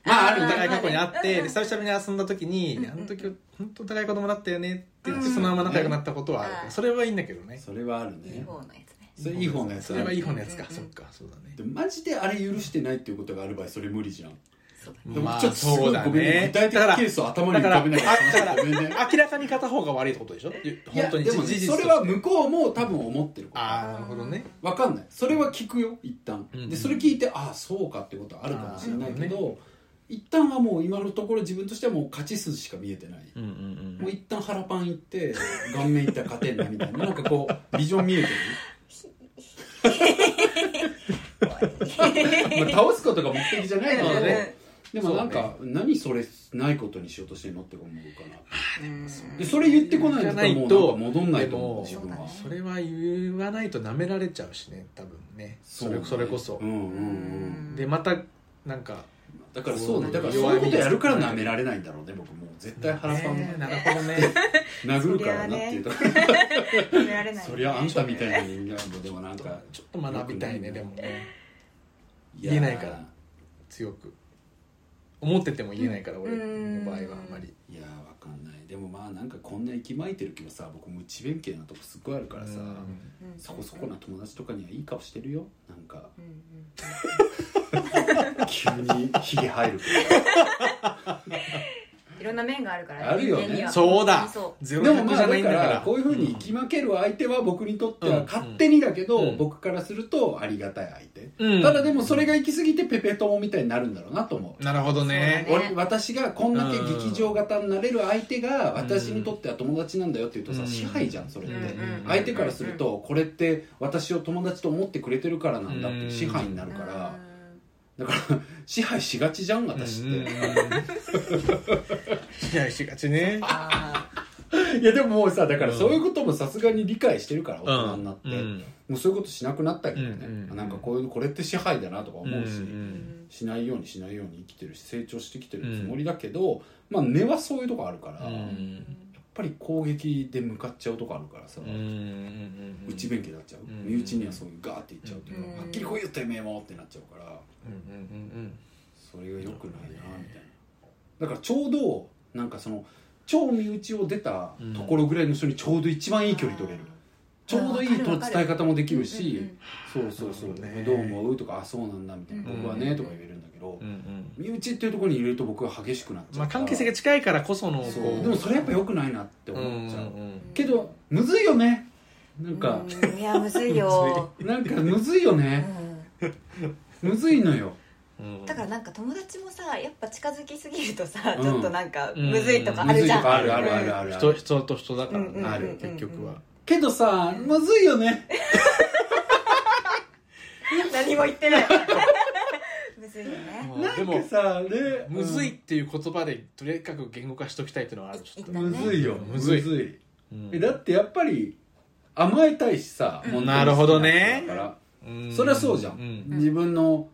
Speaker 3: まああ
Speaker 2: お
Speaker 3: る
Speaker 2: 互い過去にあって、
Speaker 4: うん
Speaker 2: で久々に遊んだ時に、あの時本当お互い子供だったよねって言って、
Speaker 4: うん
Speaker 2: そのまま仲良くなったことはある、
Speaker 4: うん
Speaker 2: それはいいんだけどね
Speaker 3: それはある
Speaker 4: いい
Speaker 3: ね
Speaker 4: 方のやつね
Speaker 3: それいい方のやつ
Speaker 2: それはいい方のやつか、
Speaker 4: うん
Speaker 2: そっかそうだね
Speaker 3: でもマジであれ許してないっていうことがある場合それ無理じゃん
Speaker 4: そうだね
Speaker 3: でも
Speaker 2: まあ
Speaker 3: ちょっとすご
Speaker 2: そ
Speaker 3: いう
Speaker 2: だ
Speaker 3: ごめんね
Speaker 2: ね
Speaker 3: 具体
Speaker 2: だから
Speaker 3: 的ケースを頭に浮
Speaker 2: だから
Speaker 3: か
Speaker 2: あ
Speaker 3: べな
Speaker 2: だ
Speaker 3: がら
Speaker 2: から
Speaker 3: ごめんね
Speaker 2: 明らかに片方が悪いってことでしょ
Speaker 3: いや
Speaker 2: 本当に
Speaker 3: でも
Speaker 2: 事
Speaker 3: ね
Speaker 2: 実
Speaker 3: それは向こうも多分思ってること
Speaker 2: ああなるほどね
Speaker 3: わかんないそれは聞くよ一旦
Speaker 2: うん
Speaker 3: でそれ聞いてああそうかってことあるかもしれないけ
Speaker 2: あーなる
Speaker 3: ど一旦はもう今のところ自分としてはもう勝ち筋しか見えてない、
Speaker 2: うんうん
Speaker 3: もう一旦腹パン行って顔面行ったら勝てんなみたいななんかこうビジョン見えてる まあ倒すことが目的じゃないの
Speaker 2: そう
Speaker 3: で
Speaker 2: ね
Speaker 3: でもなんか、何それないことにしようとしてんのって思うかな
Speaker 4: うん
Speaker 3: でそれ言ってこないと
Speaker 2: じゃない
Speaker 3: もう
Speaker 2: と
Speaker 3: なんか戻んないと思う
Speaker 2: で
Speaker 3: 自
Speaker 2: も
Speaker 3: 分は
Speaker 2: それは言わないと舐められちゃうしね多分ねそれそれこそ
Speaker 3: うんうんうん
Speaker 2: でまたなんか
Speaker 3: だからそうねだからそう
Speaker 2: 弱
Speaker 3: い
Speaker 2: いう
Speaker 3: ことやるから舐められないんだろうね僕もう絶対腹パン
Speaker 2: ねなるほどね
Speaker 3: 殴るからなっていうと
Speaker 5: 食べられない
Speaker 3: そりゃあんたみたいな人間もでもなんか
Speaker 2: ちょっと学びたいねでもね
Speaker 3: や
Speaker 2: 言えないから強く思ってても言えないから俺
Speaker 5: うん
Speaker 2: の場合はあんまり
Speaker 3: いやーわかんないでもまあなんかこんな息巻いてるけどさ僕無知弁慶なとこすっごいあるからさ
Speaker 2: うん
Speaker 5: うん
Speaker 3: そこそこな友達とかにはいい顔してるよなんか
Speaker 5: うんうん
Speaker 3: 急にひげ生える
Speaker 5: いろんな面があるから
Speaker 3: あるよね
Speaker 5: 人間には
Speaker 2: そうだ
Speaker 4: そ
Speaker 2: ゼ
Speaker 3: けど
Speaker 2: ロ
Speaker 3: でも
Speaker 2: 100
Speaker 3: ま
Speaker 2: じゃ
Speaker 3: あ
Speaker 2: ない
Speaker 3: だ
Speaker 2: ん
Speaker 3: か
Speaker 2: だから
Speaker 3: らこういうふうに息巻ける相手は僕にとっては勝手にだけ
Speaker 2: う
Speaker 3: ど
Speaker 2: ん
Speaker 3: 僕からするとありがたい相手
Speaker 2: うん
Speaker 3: ただでもそれが行き過ぎてペペ友みたいになるんだろうなと思う
Speaker 2: なるほどね
Speaker 3: 俺私がこんだけ劇場型になれる相手が私にとっては友達なんだよって言うとさ、
Speaker 2: うん
Speaker 3: 支配じゃんそれって、
Speaker 5: うんうん
Speaker 3: 相手からするとこれって私を友達と思ってくれてるからなんだっていう支配になる
Speaker 5: うん
Speaker 3: から、だから支配しがちじゃん私って、
Speaker 2: うんうん うんいやしがちね
Speaker 4: あ
Speaker 3: いやでももうさだから
Speaker 2: うん
Speaker 3: そういうこともさすがに理解してるから大人になって、
Speaker 2: うん
Speaker 3: もうそういうことしなくなったけどね、
Speaker 2: うんうん
Speaker 3: なんかこういうこれって支配だなとか思うし、
Speaker 2: んん
Speaker 3: しないようにしないように生きてるし成長してきてるつもりだけど、まあ根はそういうとこあるから、
Speaker 2: うん
Speaker 3: やっぱり攻撃で向かっちゃうとこあるからさ、
Speaker 2: うんうん
Speaker 3: 内弁慶になっちゃう、
Speaker 2: うん
Speaker 3: 身内にはそういうガーっていっちゃうというか、
Speaker 5: うん
Speaker 3: はっきり来いよてめえもってなっちゃうから
Speaker 2: うんうん
Speaker 3: それが良くないなみたいなだからちょうどなんかその超身内を出たところぐらいの人にちょうど一番いい距離取れる、ちょうどいいと伝え方もできるし、そうそうそう、
Speaker 2: なるほどね
Speaker 3: どう思うとかあそうなんだみたいな、
Speaker 5: うん
Speaker 3: 僕はねとか言えるんだけど、
Speaker 2: うんうんうん
Speaker 3: 身内っていうところにいると僕は激しくなっちゃう、
Speaker 2: まあ関係性が近いからこそのこ
Speaker 3: そう
Speaker 2: う
Speaker 3: でもそれやっぱ良くないなって
Speaker 2: うんうん
Speaker 3: 思っちゃう、
Speaker 2: うん
Speaker 3: けどむずいよねなんか、
Speaker 4: いやむずいよ、
Speaker 3: なんか むずいよ
Speaker 4: う
Speaker 3: ね
Speaker 4: ん、
Speaker 3: むずいのよ
Speaker 2: うん
Speaker 4: だからなんか友達もさやっぱ近づきすぎるとさ、
Speaker 3: うん
Speaker 4: ちょっとなんかむずいとかあ
Speaker 3: むず
Speaker 4: る
Speaker 3: い
Speaker 4: じ
Speaker 3: と
Speaker 4: ゃん、
Speaker 3: かあるあるあるある
Speaker 2: 人人と人だから
Speaker 4: うんうんうんうん
Speaker 2: ねある結局は
Speaker 3: けどさむずいよね
Speaker 4: 何も言ってない
Speaker 5: むずいよね
Speaker 2: もう
Speaker 3: な
Speaker 2: で
Speaker 3: んか
Speaker 2: も
Speaker 3: さね
Speaker 2: むずいっていう言葉でとにかく言語化しときたいっていうのはあるちょっと
Speaker 3: うんむずいよ
Speaker 2: むずい
Speaker 3: いえだ
Speaker 2: う
Speaker 3: ってやっぱり甘えたいしさ
Speaker 2: ん
Speaker 3: 本当に
Speaker 2: なるほどね
Speaker 3: 好きな人だか
Speaker 2: ん
Speaker 3: らそりゃそうじゃ
Speaker 2: うんん
Speaker 3: 自分の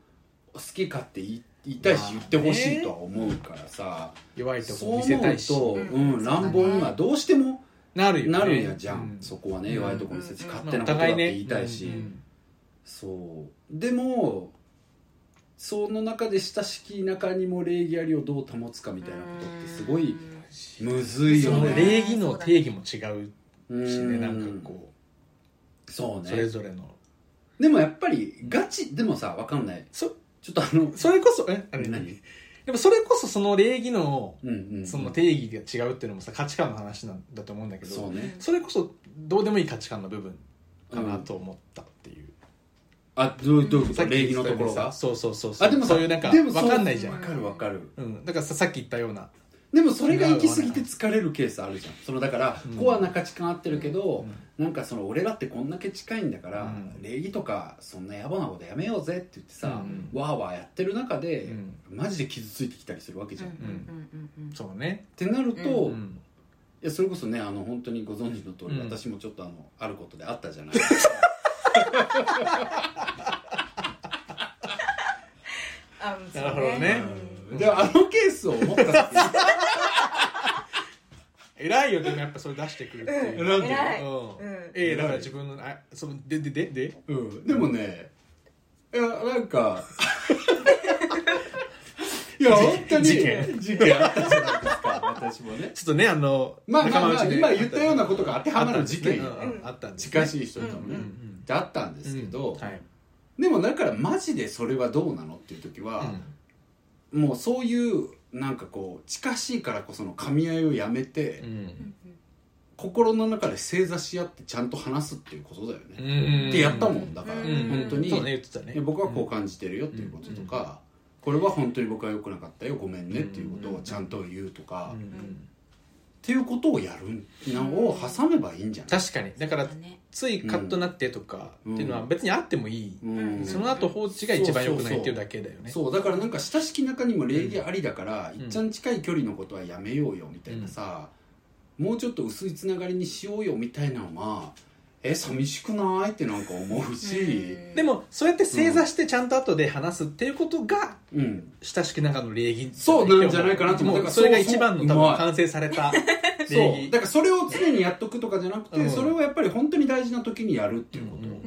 Speaker 3: 好きかって言い言いたいし言ってほしいとは思うからさ
Speaker 2: 弱いと
Speaker 3: そう
Speaker 2: こ見
Speaker 3: 思
Speaker 2: せたいし
Speaker 3: うと
Speaker 5: うん
Speaker 3: うん乱暴にはどうしても
Speaker 2: なるよね
Speaker 3: なるんやじゃ
Speaker 2: うん
Speaker 3: そこは
Speaker 2: う
Speaker 3: ね
Speaker 2: ん
Speaker 3: 弱いとこ見せて
Speaker 5: うん
Speaker 3: 勝
Speaker 2: ま
Speaker 3: 手
Speaker 2: あ
Speaker 3: な
Speaker 2: お
Speaker 3: ことだっ
Speaker 2: 互い
Speaker 3: て
Speaker 2: ね
Speaker 3: 言いたいし、
Speaker 2: うんうん
Speaker 3: そうでもその中で親しき中にも礼儀ありをどう保つかみたいなことってすごいむずい
Speaker 2: そ
Speaker 3: よ
Speaker 2: の
Speaker 3: ね
Speaker 2: 礼儀の定義も違う
Speaker 3: う
Speaker 2: しね
Speaker 3: ん
Speaker 2: なんかこ
Speaker 3: そう
Speaker 2: うそれ
Speaker 3: ね
Speaker 2: ぞれの
Speaker 3: でもやっぱりガチでもさわかんない
Speaker 2: そ
Speaker 3: ちょっとあの
Speaker 2: それこそえあれ
Speaker 3: 何
Speaker 2: でもそれこそその礼儀の
Speaker 3: うんうん
Speaker 2: その定義が違うっていうのもさ価値観の話なんだと思うんだけど
Speaker 3: そうね
Speaker 2: それこそどうでもいい価値観の部分かなと思ったっていう、
Speaker 3: あどうどういうこと
Speaker 2: さっき
Speaker 3: 礼儀のとこ
Speaker 2: 言っ
Speaker 3: ろ
Speaker 2: てたようにさ
Speaker 3: が
Speaker 2: そうそうそうそう
Speaker 3: あでもさ
Speaker 2: そういうなんか
Speaker 3: でも
Speaker 2: 分
Speaker 3: そう
Speaker 2: かんないじゃ
Speaker 3: わ
Speaker 2: ん、
Speaker 3: かるわかる
Speaker 2: うん、だからささっき言ったような
Speaker 3: でもそれが行き過ぎて疲れるケースあるじゃんそのだから、
Speaker 2: うん
Speaker 3: コアな価値観合ってるけど、
Speaker 2: うん
Speaker 3: なんかその俺だってこんだけ近いんだから、
Speaker 2: うん
Speaker 3: 礼儀とかそんな野暮なことやめようぜって言ってさ、
Speaker 2: うん
Speaker 3: わーわーやってる中で、
Speaker 2: うん
Speaker 3: マジで傷ついてきたりするわけじゃん、っ
Speaker 2: そうね、
Speaker 3: てなると、
Speaker 2: う
Speaker 3: い
Speaker 2: ん、
Speaker 3: やそれこそねあの本当にご存知の通り、
Speaker 2: うん
Speaker 3: 私もちょっとあのあることであった じゃないですか
Speaker 5: あ
Speaker 2: なるほどね
Speaker 3: うんであのケースを思った時に
Speaker 2: 偉いよでもやっぱそれ出してくるっていう、
Speaker 3: なんていうの
Speaker 5: 偉い
Speaker 2: うん
Speaker 5: うん
Speaker 2: ええだから自分のあそのでででで
Speaker 3: うん、でもねいやなん かいや本当に
Speaker 2: 事件
Speaker 3: 事件あったじゃないです か私もね
Speaker 2: ちょっとねあの
Speaker 3: まあまあまあ
Speaker 2: 仲間内で
Speaker 3: 今言ったようなことが当てはまる事件
Speaker 2: あったんですねうんあったんですね
Speaker 3: 近しい人とかもね、
Speaker 2: うんうん
Speaker 3: だったんですけど、
Speaker 2: うんはい
Speaker 3: でもだからマジでそれはどうなのっていう時は、もうそういうなんかこう近しいからこその噛み合いをやめて、
Speaker 2: うん
Speaker 3: 心の中で正座し合ってちゃんと話すっていうことだよ
Speaker 2: う
Speaker 3: ね、
Speaker 2: ん
Speaker 3: ってやったもんだから、
Speaker 2: うん
Speaker 3: 本当に、
Speaker 2: そうね言ってたね
Speaker 3: 僕はこう感じてるよっていうこととか、これは本当に僕は良くなかったよごめんねっていうことをちゃんと言うとか、
Speaker 2: う
Speaker 3: っ
Speaker 2: ん
Speaker 3: ていうことをやるのを挟めばいいんじゃない、
Speaker 2: 確かにだから
Speaker 4: ね
Speaker 2: ついカッとなってとか
Speaker 3: うん
Speaker 2: っていうのは別にあってもいい、
Speaker 3: うん
Speaker 2: その後放置が一番良くないっていうだけだよね
Speaker 3: そうだからなんか親しき中にも礼儀ありだから、
Speaker 2: ん
Speaker 3: いっちゃん近い距離のことはやめようよみたいなさ、もうちょっと薄いつながりにしようよみたいなのはえ寂しくないってなんか思うし、
Speaker 2: でもそうやって正座してちゃんと後で話すっていうことが
Speaker 3: うん
Speaker 2: 親しき中の礼儀
Speaker 3: そうなんじゃないかなと思う
Speaker 2: も
Speaker 3: だから
Speaker 2: それが一番
Speaker 3: そ
Speaker 2: の多
Speaker 3: うそううま
Speaker 2: 分
Speaker 3: い
Speaker 2: 完成された礼
Speaker 3: そう
Speaker 2: 儀
Speaker 3: だからそれを常にやっとくとかじゃなくて、
Speaker 2: うん
Speaker 3: それをやっぱり本当に大事な時にやるっていうこと、
Speaker 2: うんうん
Speaker 5: うん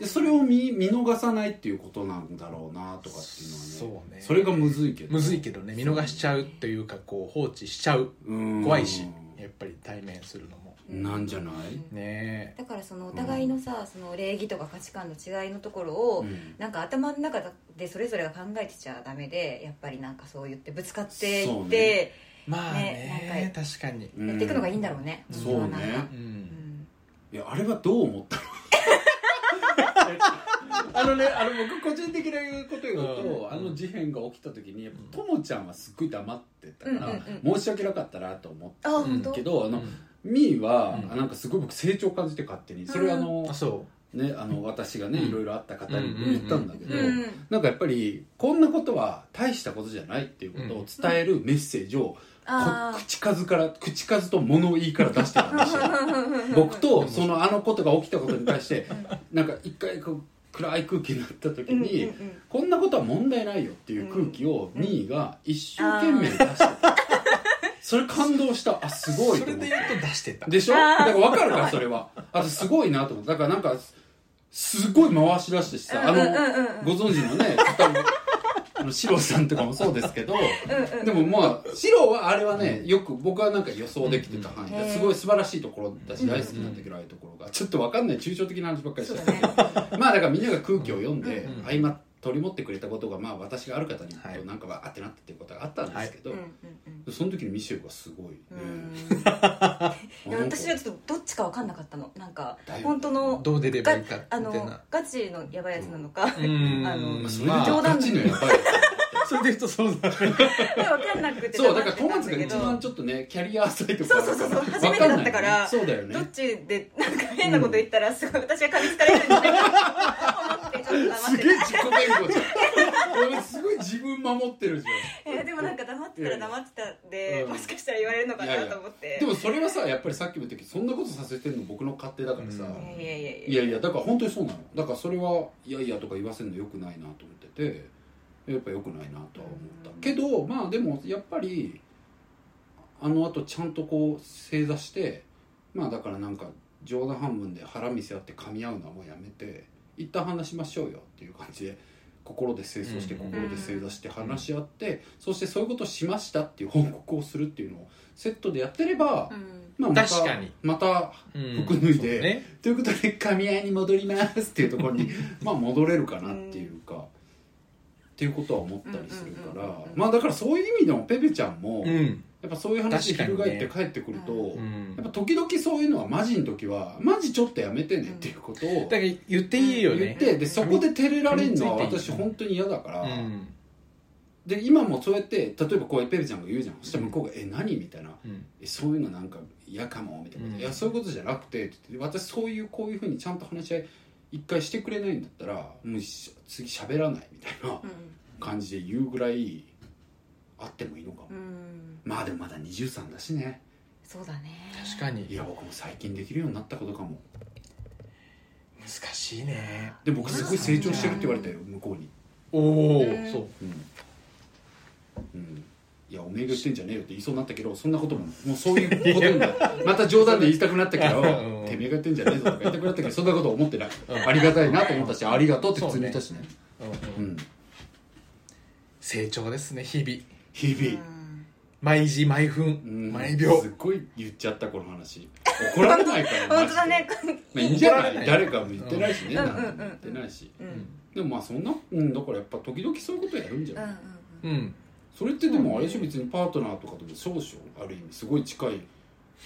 Speaker 3: でそれを見見逃さないっていうことなんだろうなとかっていうのはね
Speaker 2: そうね
Speaker 3: それがむずいけど
Speaker 2: むずいけどね見逃しちゃうというかこう放置しちゃう
Speaker 3: うん
Speaker 2: 怖いしやっぱり対面するのも
Speaker 3: なんじゃない、
Speaker 2: ねえ
Speaker 4: だからそのお互いのさ、その礼儀とか価値観の違いのところを、
Speaker 3: うん
Speaker 4: なんか頭の中でそれぞれが考えてちゃダメでやっぱりなんかそう言ってぶつかって
Speaker 3: そ
Speaker 4: いうって
Speaker 3: ね、
Speaker 2: まあね
Speaker 4: ねなん
Speaker 2: 確かに
Speaker 3: うん
Speaker 4: やっていくのがいいんだろうね、
Speaker 2: うん
Speaker 3: そうね
Speaker 4: なんか
Speaker 2: う
Speaker 4: うんん
Speaker 3: いやあれはどう思ったの あのねあの僕個人的なこと言うと、
Speaker 2: うん
Speaker 3: あの事変が起きた時にやっぱともちゃんはすっごい黙ってたから、
Speaker 4: うんうん
Speaker 3: 申し訳なかったなと思って
Speaker 4: あ本当、
Speaker 3: けどあの、
Speaker 2: う
Speaker 3: みーは、
Speaker 2: うん
Speaker 3: あなんかすごい僕成長感じて勝手にそれはあの
Speaker 2: んあ、そ
Speaker 3: ね、あの私がね、
Speaker 2: うん
Speaker 3: いろいろあった方に言ったんだけど、
Speaker 2: うん
Speaker 5: うん
Speaker 3: なんかやっぱりこんなことは大したことじゃないっていうことを伝えるメッセージを、こ
Speaker 4: あ
Speaker 3: 口数から口数と物言いから出してたんですよ僕とそのあのことが起きたことに対してなんか一回こう暗い空気になった時
Speaker 4: うんうん
Speaker 3: に、
Speaker 4: うん
Speaker 3: こんなことは問題ないよっていう空気を
Speaker 4: うん
Speaker 3: ミーが一生懸命出してた、それ感動したあすご
Speaker 2: う
Speaker 3: いと
Speaker 2: それ
Speaker 3: 思って
Speaker 2: で言うと出してた
Speaker 3: でしょだから分かるからそれはあとすごいなと思ってだからなんかすすごい回し出してさあの、ご存知のね方もあのシロさんとかもそうですけど でもまあシロはあれはねよく僕はなんか予想できてた範囲
Speaker 4: うん
Speaker 3: ですごい素晴らしいところだし大好きなんだけどああいうところがちょっと分かんない抽象的な話ばっかりし
Speaker 4: そう
Speaker 3: ちゃっ
Speaker 4: だ
Speaker 3: た
Speaker 4: ね
Speaker 3: けど まあだからみんなが空気を読んで
Speaker 2: うん
Speaker 3: 合間取り持ってくれたことがまあ私がある方に
Speaker 2: はい
Speaker 3: なんかわーってなったっていうことがあったんですけど
Speaker 4: うんうんうん
Speaker 3: その時にミシェルがすごいね
Speaker 4: うんいや
Speaker 3: なんか
Speaker 4: 私はちょっとどっちか分かんなかったのなんか
Speaker 3: だよね
Speaker 4: 本当の
Speaker 2: どう出ればいいか
Speaker 4: あ
Speaker 2: みたい
Speaker 4: の
Speaker 2: な
Speaker 4: ガチのやばいやつなのか、
Speaker 2: うん
Speaker 4: あの
Speaker 3: まあそれ
Speaker 2: まあ
Speaker 3: で
Speaker 4: 冗談
Speaker 3: ガチのやばい
Speaker 2: それで言うとそうだね
Speaker 4: 分かんなくて
Speaker 3: そうだから友達
Speaker 4: 黙ってた
Speaker 3: が
Speaker 4: んだけ
Speaker 3: 一
Speaker 4: ど
Speaker 3: 番ちょっとねキャリア浅いところ
Speaker 4: そうそうそうそう
Speaker 3: わん
Speaker 4: 初めてだったから
Speaker 3: ないそうだよね
Speaker 4: どっちでなんか変なこと言ったらすごい私が噛みつかれるんじゃないかと思ってちょっと黙
Speaker 3: す
Speaker 4: って
Speaker 3: げえ自己弁護じゃん 俺すごい自分守ってるじゃ
Speaker 4: たいやでもなんか黙ってたら黙ってたんで、
Speaker 3: うん
Speaker 4: もしかしたら言われるのかなと思って
Speaker 3: んでもそれはさやっぱりさっきも言ったけどそんなことさせてるの僕の勝手だからさ、
Speaker 2: うん
Speaker 4: いやいやいや
Speaker 3: いやいやだから本当にそうなのだからそれはいやいやとか言わせるのよくないなと思っててやっぱよくないなとは思った、けどまあでもやっぱりあのあとちゃんとこう正座してまあだからなんか冗談半分で腹見せ合って噛み合うのはもうやめて一旦話しましょうよっていう感じで心で清掃して
Speaker 2: うん
Speaker 3: 心で正座して話し合ってそしてそういうことをしましたっていう報告をするっていうのをセットでやってれば、
Speaker 4: うん
Speaker 3: まあまた
Speaker 2: 確かに
Speaker 3: また
Speaker 2: うん
Speaker 3: 服脱いで
Speaker 2: そうね
Speaker 3: ということで噛み合いに戻りますっていうところ にまあ戻れるかなっていうか、っていうことは思ったりするから、
Speaker 4: うんうんうんうん
Speaker 3: まあだからそういう意味でもペペちゃんも、
Speaker 2: う
Speaker 3: や
Speaker 2: ん
Speaker 3: っぱそういう話
Speaker 2: 確かにね
Speaker 3: 翻って帰ってくると、
Speaker 2: うん
Speaker 3: やっ
Speaker 2: だ
Speaker 3: ぱ時々そういうのはマジの時はマジちょっとやめてねっていうことを
Speaker 2: から言っていいよ
Speaker 3: 言っ
Speaker 2: ね
Speaker 3: て、でそこで照れられるのは
Speaker 2: 噛みつい
Speaker 3: 私
Speaker 2: ていい
Speaker 3: 本当に嫌だから、
Speaker 2: うん
Speaker 3: で今もそうやって例えばこうやってペペちゃんが言うじゃんそしたら向こうが「え何?」みたいな
Speaker 2: うん
Speaker 3: えそういうのなんか嫌かもみたいなこと、
Speaker 2: うん
Speaker 3: いやそういうことじゃなくてって言って私そういうこういうふうにちゃんと話し合い一回してくれないんだったらもうし次喋らないみたい な感じで言うぐらいあってもいいのかも、
Speaker 4: うん、うん、
Speaker 3: まあでもまだ23だしね
Speaker 4: そうだね
Speaker 2: 確か
Speaker 3: い
Speaker 2: に
Speaker 3: や僕も最近できるようになったことかも
Speaker 2: 難しいね
Speaker 3: で僕すごい成長してるって言われたよ向こうに
Speaker 2: おお
Speaker 4: うん
Speaker 2: そう
Speaker 3: うん、うん、いやおめえがしてんじゃねえよって言いそうになったけどそんなことももうそう いうことになまた冗談で言いたくなったけど
Speaker 2: うん
Speaker 3: てめえが言ってんじゃねえぞとか言いたくなったけどそんなこと思ってないありがたいなと思ったしありがとうって普通に言ったしね
Speaker 2: うんうん
Speaker 3: うん
Speaker 2: 成長ですね日々
Speaker 3: 日々
Speaker 2: 毎時毎
Speaker 3: うん
Speaker 2: 分毎秒
Speaker 3: すっごい言っちゃったこの話怒られないから
Speaker 4: 本
Speaker 3: マジで
Speaker 4: 当だね
Speaker 3: まあいいんじゃ
Speaker 2: 怒られ
Speaker 3: な
Speaker 2: ない
Speaker 3: い誰かも言ってないしね
Speaker 4: うん
Speaker 3: 何も言ってないし
Speaker 4: うんうん
Speaker 3: でもまあそんなうんだからやっぱ時々そういうことやるんじゃ
Speaker 4: うんう
Speaker 3: ない
Speaker 4: ん
Speaker 2: うん
Speaker 3: それってでもあれでしょ別にパートナーとかとも少々ある意味すごい近い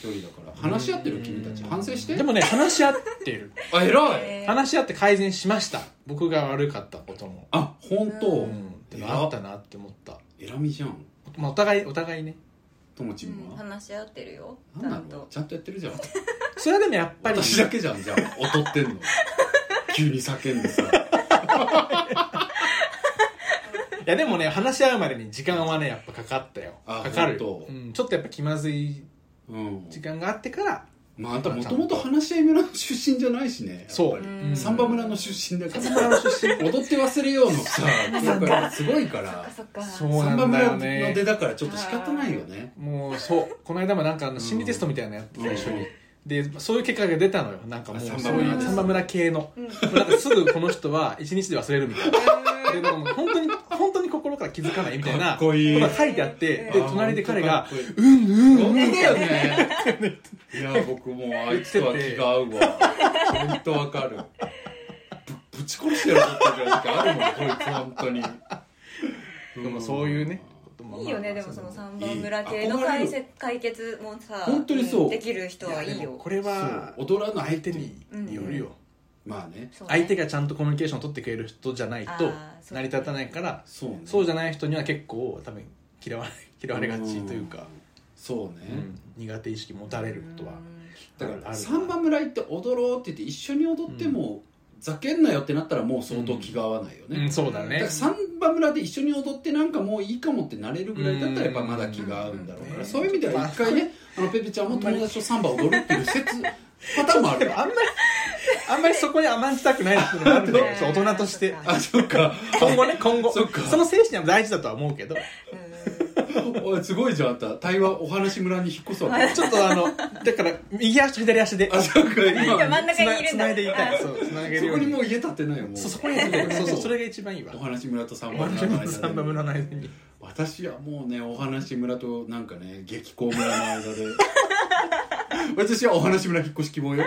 Speaker 3: 距離だから話し合ってる君たち反省して
Speaker 2: でもね話し合ってる
Speaker 3: あ偉い
Speaker 4: えー
Speaker 2: 話し合って改善しました僕が悪かったことも
Speaker 3: あ本当、
Speaker 2: うんでもあったなって思った、
Speaker 3: えらみじゃん
Speaker 2: まあ、お互いお互いね
Speaker 3: ともちん
Speaker 4: うん
Speaker 3: は、
Speaker 4: 話し合ってるよち
Speaker 3: なん
Speaker 4: ゃ
Speaker 3: なんの
Speaker 4: と
Speaker 3: ちゃんとやってるじゃん
Speaker 2: それはでもやっぱり
Speaker 3: 私だけじゃんじゃあ劣って んの急に叫んでさ
Speaker 2: いやでもね話し合うまでに時間はねやっぱかかったよ
Speaker 3: あ
Speaker 2: かかる
Speaker 3: ほんと
Speaker 2: うん、ちょっとやっぱ気まずい
Speaker 3: うん
Speaker 2: 時間があってから
Speaker 3: まああんたもともと話し合い村の出身じゃないしね
Speaker 2: そう、
Speaker 3: やっぱり
Speaker 4: うん
Speaker 3: サンバ村の出身だから
Speaker 2: サンバ村の出身
Speaker 3: 踊って忘れようのさなんかすごいから
Speaker 4: そっか
Speaker 2: そ
Speaker 4: そうっか
Speaker 2: う
Speaker 3: サンバ
Speaker 2: なんだ
Speaker 3: 村
Speaker 2: よ
Speaker 3: の
Speaker 2: ね
Speaker 3: 出だからちょっと仕方ないよね
Speaker 2: もうそうこの間もなんかあの心理テストみたいなのやって
Speaker 3: う
Speaker 2: た
Speaker 3: ん
Speaker 2: 一緒に、でそういう結果が出たのよなんかも
Speaker 3: あ
Speaker 2: うそう
Speaker 3: サ
Speaker 2: い
Speaker 3: ン
Speaker 2: う
Speaker 3: バ
Speaker 2: サ
Speaker 3: 村
Speaker 4: です
Speaker 2: ンバ村系の、
Speaker 4: うん
Speaker 2: もうなんかすぐこの人は一日で忘れるみたいなでなんかもう本当に本当に心から気づかないみたいな
Speaker 3: かっこいい
Speaker 2: とが書いてあってで
Speaker 4: え
Speaker 2: 隣で彼が
Speaker 3: 本
Speaker 2: 「うんうん
Speaker 3: 当だよね いや僕もうあいつとは気が合うわ本当わかるぶぶち殺してやろうって時あるもんこいつ本当に
Speaker 2: でもそういうね
Speaker 4: いいよねでもその三番村
Speaker 3: い
Speaker 4: 系
Speaker 3: い
Speaker 4: の
Speaker 3: 憧れ
Speaker 4: 解
Speaker 3: る
Speaker 4: 説解決もさ
Speaker 3: 本当にそうん
Speaker 4: できる人
Speaker 2: いや
Speaker 4: はいい
Speaker 2: でも
Speaker 4: よ
Speaker 2: これは
Speaker 3: そう踊らない
Speaker 2: 相手によるよ、
Speaker 3: まあね
Speaker 4: そうね
Speaker 2: 相手がちゃんとコミュニケーションを取ってくれる人じゃないと
Speaker 4: あーそう
Speaker 2: 成り立たないから
Speaker 3: そうね
Speaker 2: そうじゃない人には結構多分 嫌われ嫌われがちというか、
Speaker 3: そうね、
Speaker 2: うん苦手意識持たれることは
Speaker 4: うん
Speaker 3: だか
Speaker 2: あるあ
Speaker 3: ら
Speaker 2: る
Speaker 3: サンバ村行って踊ろうって言って一緒に踊っても、ざけんなよってなったらもう相当気が合わないよね、
Speaker 2: うんそうだ
Speaker 3: だか
Speaker 2: ね
Speaker 3: らサンバ村で一緒に踊ってなんかもういいかもってなれるぐらいだったらやっぱまだ気が合うんだろうから、
Speaker 2: うん
Speaker 3: そういう意味では一回ねあのペペちゃんも友達とサンバ踊るっていう説パターンもあ
Speaker 2: で
Speaker 3: る
Speaker 2: もあんまりあんまりそこに甘んじたくないっていうのもあるん だよそう大人として
Speaker 4: うん
Speaker 3: あそっか
Speaker 2: 今後ね今後
Speaker 3: そっか
Speaker 2: の精神は大事だとは思うけど
Speaker 3: おいすごいじゃんあんた台湾お話村に引っ越すわけ
Speaker 2: ちょっと あのだから右足と左足で
Speaker 3: あそっか
Speaker 4: いや
Speaker 3: 今
Speaker 4: 真ん中にいる
Speaker 2: つ
Speaker 4: ん
Speaker 2: ない
Speaker 4: だ
Speaker 2: でいたいそうつなげる
Speaker 3: そ
Speaker 2: よ
Speaker 3: こ
Speaker 2: う
Speaker 3: に
Speaker 2: に
Speaker 3: もう家建てないよもう
Speaker 2: そうそこにそうそうそれが一番いいわ
Speaker 3: お話村とサンバ
Speaker 2: ワン
Speaker 3: 村
Speaker 2: ル
Speaker 3: の
Speaker 2: ー
Speaker 3: 間
Speaker 2: ム
Speaker 3: で
Speaker 2: サンバ村の間に
Speaker 3: 私はもうねお話村となんかね激高村の間で 私はお話村引っ越し希望よ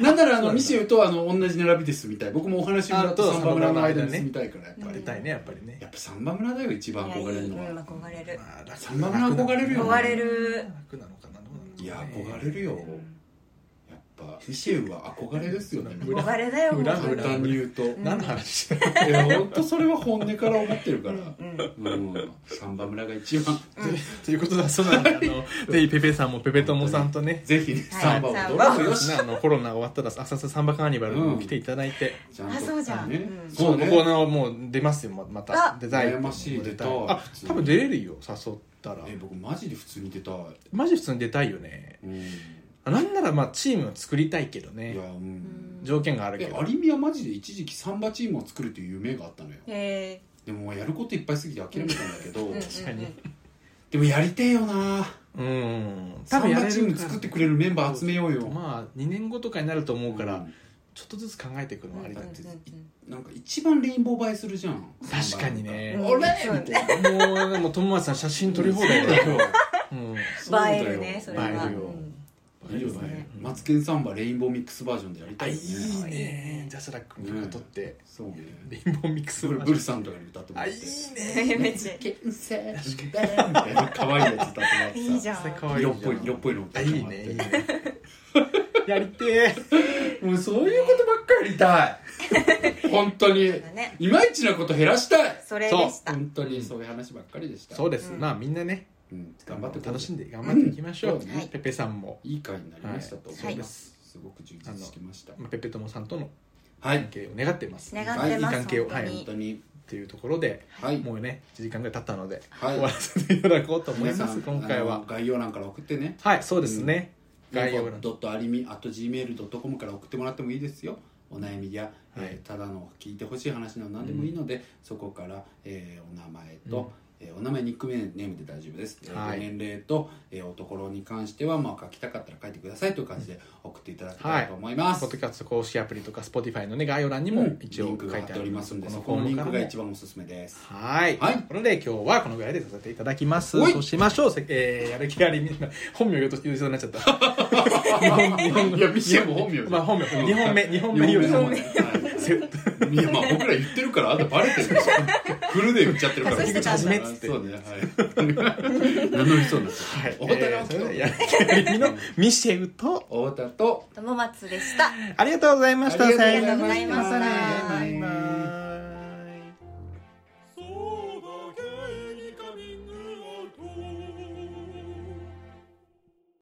Speaker 3: なんならあのミシェとあの同じ並びですみたい僕もお話村と
Speaker 2: あと
Speaker 3: サンバ村の間
Speaker 2: サンバ村の間
Speaker 3: に
Speaker 2: ね
Speaker 3: 住みたいからやっぱ
Speaker 2: 出
Speaker 3: り
Speaker 2: たいねやっぱりね
Speaker 3: やっぱサンバ村だよ一番憧れるの
Speaker 4: うん
Speaker 3: は
Speaker 4: 憧れる
Speaker 2: まあ
Speaker 3: サンバ村憧れるよね
Speaker 4: 憧れる
Speaker 2: 楽なのかなどうなん
Speaker 3: いや
Speaker 2: だろうね
Speaker 3: 憧れるよやっぱミシェは憧れですよね
Speaker 2: 村
Speaker 4: 憧れだよ
Speaker 2: 村
Speaker 4: もう
Speaker 3: 簡単に言うとい
Speaker 2: 何の話してんの
Speaker 3: や本当それは本音から思ってるから
Speaker 4: うんうん
Speaker 3: うんサンバ村が一番
Speaker 2: ということだそうなんであのぜひペペさんもペペ友さんとね
Speaker 3: ぜひね
Speaker 4: はい
Speaker 3: サンバを踊
Speaker 4: サ
Speaker 3: ろう
Speaker 4: ン
Speaker 3: よ
Speaker 2: ねあのコロナ終わったら浅草サンバカーニバルにも来ていただいて、
Speaker 3: ちゃんと
Speaker 4: あそうじゃん
Speaker 3: ね
Speaker 4: うん
Speaker 3: そうね
Speaker 2: ここのもう出ますよままた
Speaker 4: あ
Speaker 2: デザイン
Speaker 3: 羨ましい出たい
Speaker 2: あ
Speaker 3: 普通に
Speaker 2: 多分出れるよ誘ったら
Speaker 3: え僕マジで普通に出たい、
Speaker 2: マジ普通に出たいよね
Speaker 3: うん、い
Speaker 2: あなんならまあチームを作りたいけど
Speaker 3: やう
Speaker 2: ね
Speaker 3: ん
Speaker 2: 条件があるけ
Speaker 3: え
Speaker 2: ど
Speaker 3: アリミはマジで一時期サンバチームを作るという夢があったのよ
Speaker 4: へ
Speaker 3: でももうやることいっぱいすぎて諦めたんだけど
Speaker 4: え
Speaker 2: 確かに
Speaker 3: でもやりてえよな
Speaker 2: うん
Speaker 3: サン
Speaker 2: や
Speaker 3: バ
Speaker 2: れ
Speaker 3: チーム作ってくれるメンバー集めようよ
Speaker 2: まあ2年後とかになると思うから、
Speaker 3: うん
Speaker 2: ちょっとずつ考えていくのはありだって、
Speaker 3: なんか一番レインボー映えするじゃん
Speaker 2: 確かにね
Speaker 3: 俺み
Speaker 4: うん
Speaker 3: たいな
Speaker 2: もうでも友達さん写真撮り放題だよ、うん、
Speaker 3: そうだ
Speaker 4: 映
Speaker 3: よ
Speaker 4: えるねそれ
Speaker 2: 映
Speaker 4: は
Speaker 2: えるよ
Speaker 4: うん
Speaker 3: い いよ
Speaker 2: 映えるね
Speaker 3: ねマツケンサンバレインボーミックスバージョンでやり
Speaker 2: あ
Speaker 3: たい
Speaker 2: い
Speaker 3: よね
Speaker 2: いねジャスラックにとか撮って、
Speaker 3: そうね
Speaker 2: レインボーミックス
Speaker 3: それブルさんとかに歌ってもら
Speaker 2: あ
Speaker 3: っ
Speaker 2: いい
Speaker 3: て
Speaker 2: ね
Speaker 4: めっちゃ
Speaker 3: ケンセみたいな 可愛いやつ歌ってもらってさ
Speaker 4: いいじゃん
Speaker 2: それ可愛いじゃ
Speaker 3: 色
Speaker 2: ん
Speaker 3: っぽい色っぽいの
Speaker 2: あいいねいいねやりてえ
Speaker 3: もうそういうことばっかりやりた い本当に
Speaker 4: ね
Speaker 3: いまいちなこと減らしたい
Speaker 4: それでした
Speaker 3: 本当にそういう話ばっかりでした
Speaker 2: そうです、
Speaker 4: うん
Speaker 2: まあみんなね
Speaker 3: うん頑張って
Speaker 2: 楽しん
Speaker 3: で
Speaker 2: で頑張っていきましょう、
Speaker 3: うんそうねはい
Speaker 2: ペペさんも、
Speaker 3: いい回になりましたと思
Speaker 4: はいい
Speaker 3: ますすごく充実してました
Speaker 2: まあ、ペペ友さんとの
Speaker 3: は
Speaker 2: 関
Speaker 3: い
Speaker 2: 係を願ってます、っ
Speaker 4: 願ってます
Speaker 2: いい関係を
Speaker 4: 本当
Speaker 3: 本
Speaker 4: に
Speaker 3: 当に
Speaker 2: ていうところで、
Speaker 3: はい
Speaker 2: もうね1時間ぐらい経ったので、
Speaker 3: はい
Speaker 2: 終わらせていただこうと思い
Speaker 3: 皆さ
Speaker 2: ます
Speaker 3: ん
Speaker 2: 今回
Speaker 3: あ
Speaker 2: は
Speaker 3: の概要欄から送ってね
Speaker 2: はいそうですね、概要欄
Speaker 3: ドットアリミ at gmail.com から送ってもらってもいいですよお悩みや、えーただの聞いてほしい話など何でもいいので、そこから、えーお名前と、
Speaker 2: うん
Speaker 3: えーお名前ニックネームで大丈夫です、えー
Speaker 2: はい
Speaker 3: ご年齢と、えーおところに関しては、まあ、書きたかったら書いてくださいという感じで送っていただけたらと思います、
Speaker 2: ポッドキャスト公式アプリとか Spotify のね概要欄に
Speaker 3: う
Speaker 2: も
Speaker 3: ん
Speaker 2: 一
Speaker 3: リン
Speaker 2: 応
Speaker 3: ク
Speaker 2: 書
Speaker 3: が
Speaker 2: い
Speaker 3: 貼ってて
Speaker 2: あ
Speaker 3: おり
Speaker 2: りま
Speaker 3: ますすんで
Speaker 2: の
Speaker 3: そ
Speaker 2: フ
Speaker 3: こ
Speaker 2: ォー
Speaker 3: の
Speaker 2: ム
Speaker 3: リン
Speaker 2: から
Speaker 3: ク
Speaker 2: も
Speaker 3: が一番おすすめです
Speaker 2: はい、
Speaker 3: はい
Speaker 2: ところで今日はこのぐらいでさせていただきます
Speaker 3: おい
Speaker 2: そうしましょうせえー、やる気ありみんな本名言うと言うそうになっちゃった日本日本
Speaker 3: いやミシェも本名
Speaker 2: まあ本名2本目二本目よりも
Speaker 3: はいいやまあ僕ら言ってるからあんたバレてるでしょフルで言っちゃってるから
Speaker 4: そうしてた
Speaker 2: んだ
Speaker 3: 僕そうねはい名乗りそうになっちゃった太田
Speaker 2: えー
Speaker 3: が
Speaker 2: それではやる気ありみのミシェウと
Speaker 3: 太田と
Speaker 4: 友松でした
Speaker 2: ありがとうございました
Speaker 3: ありがとうございました
Speaker 4: ありがとうございました
Speaker 2: バイバイ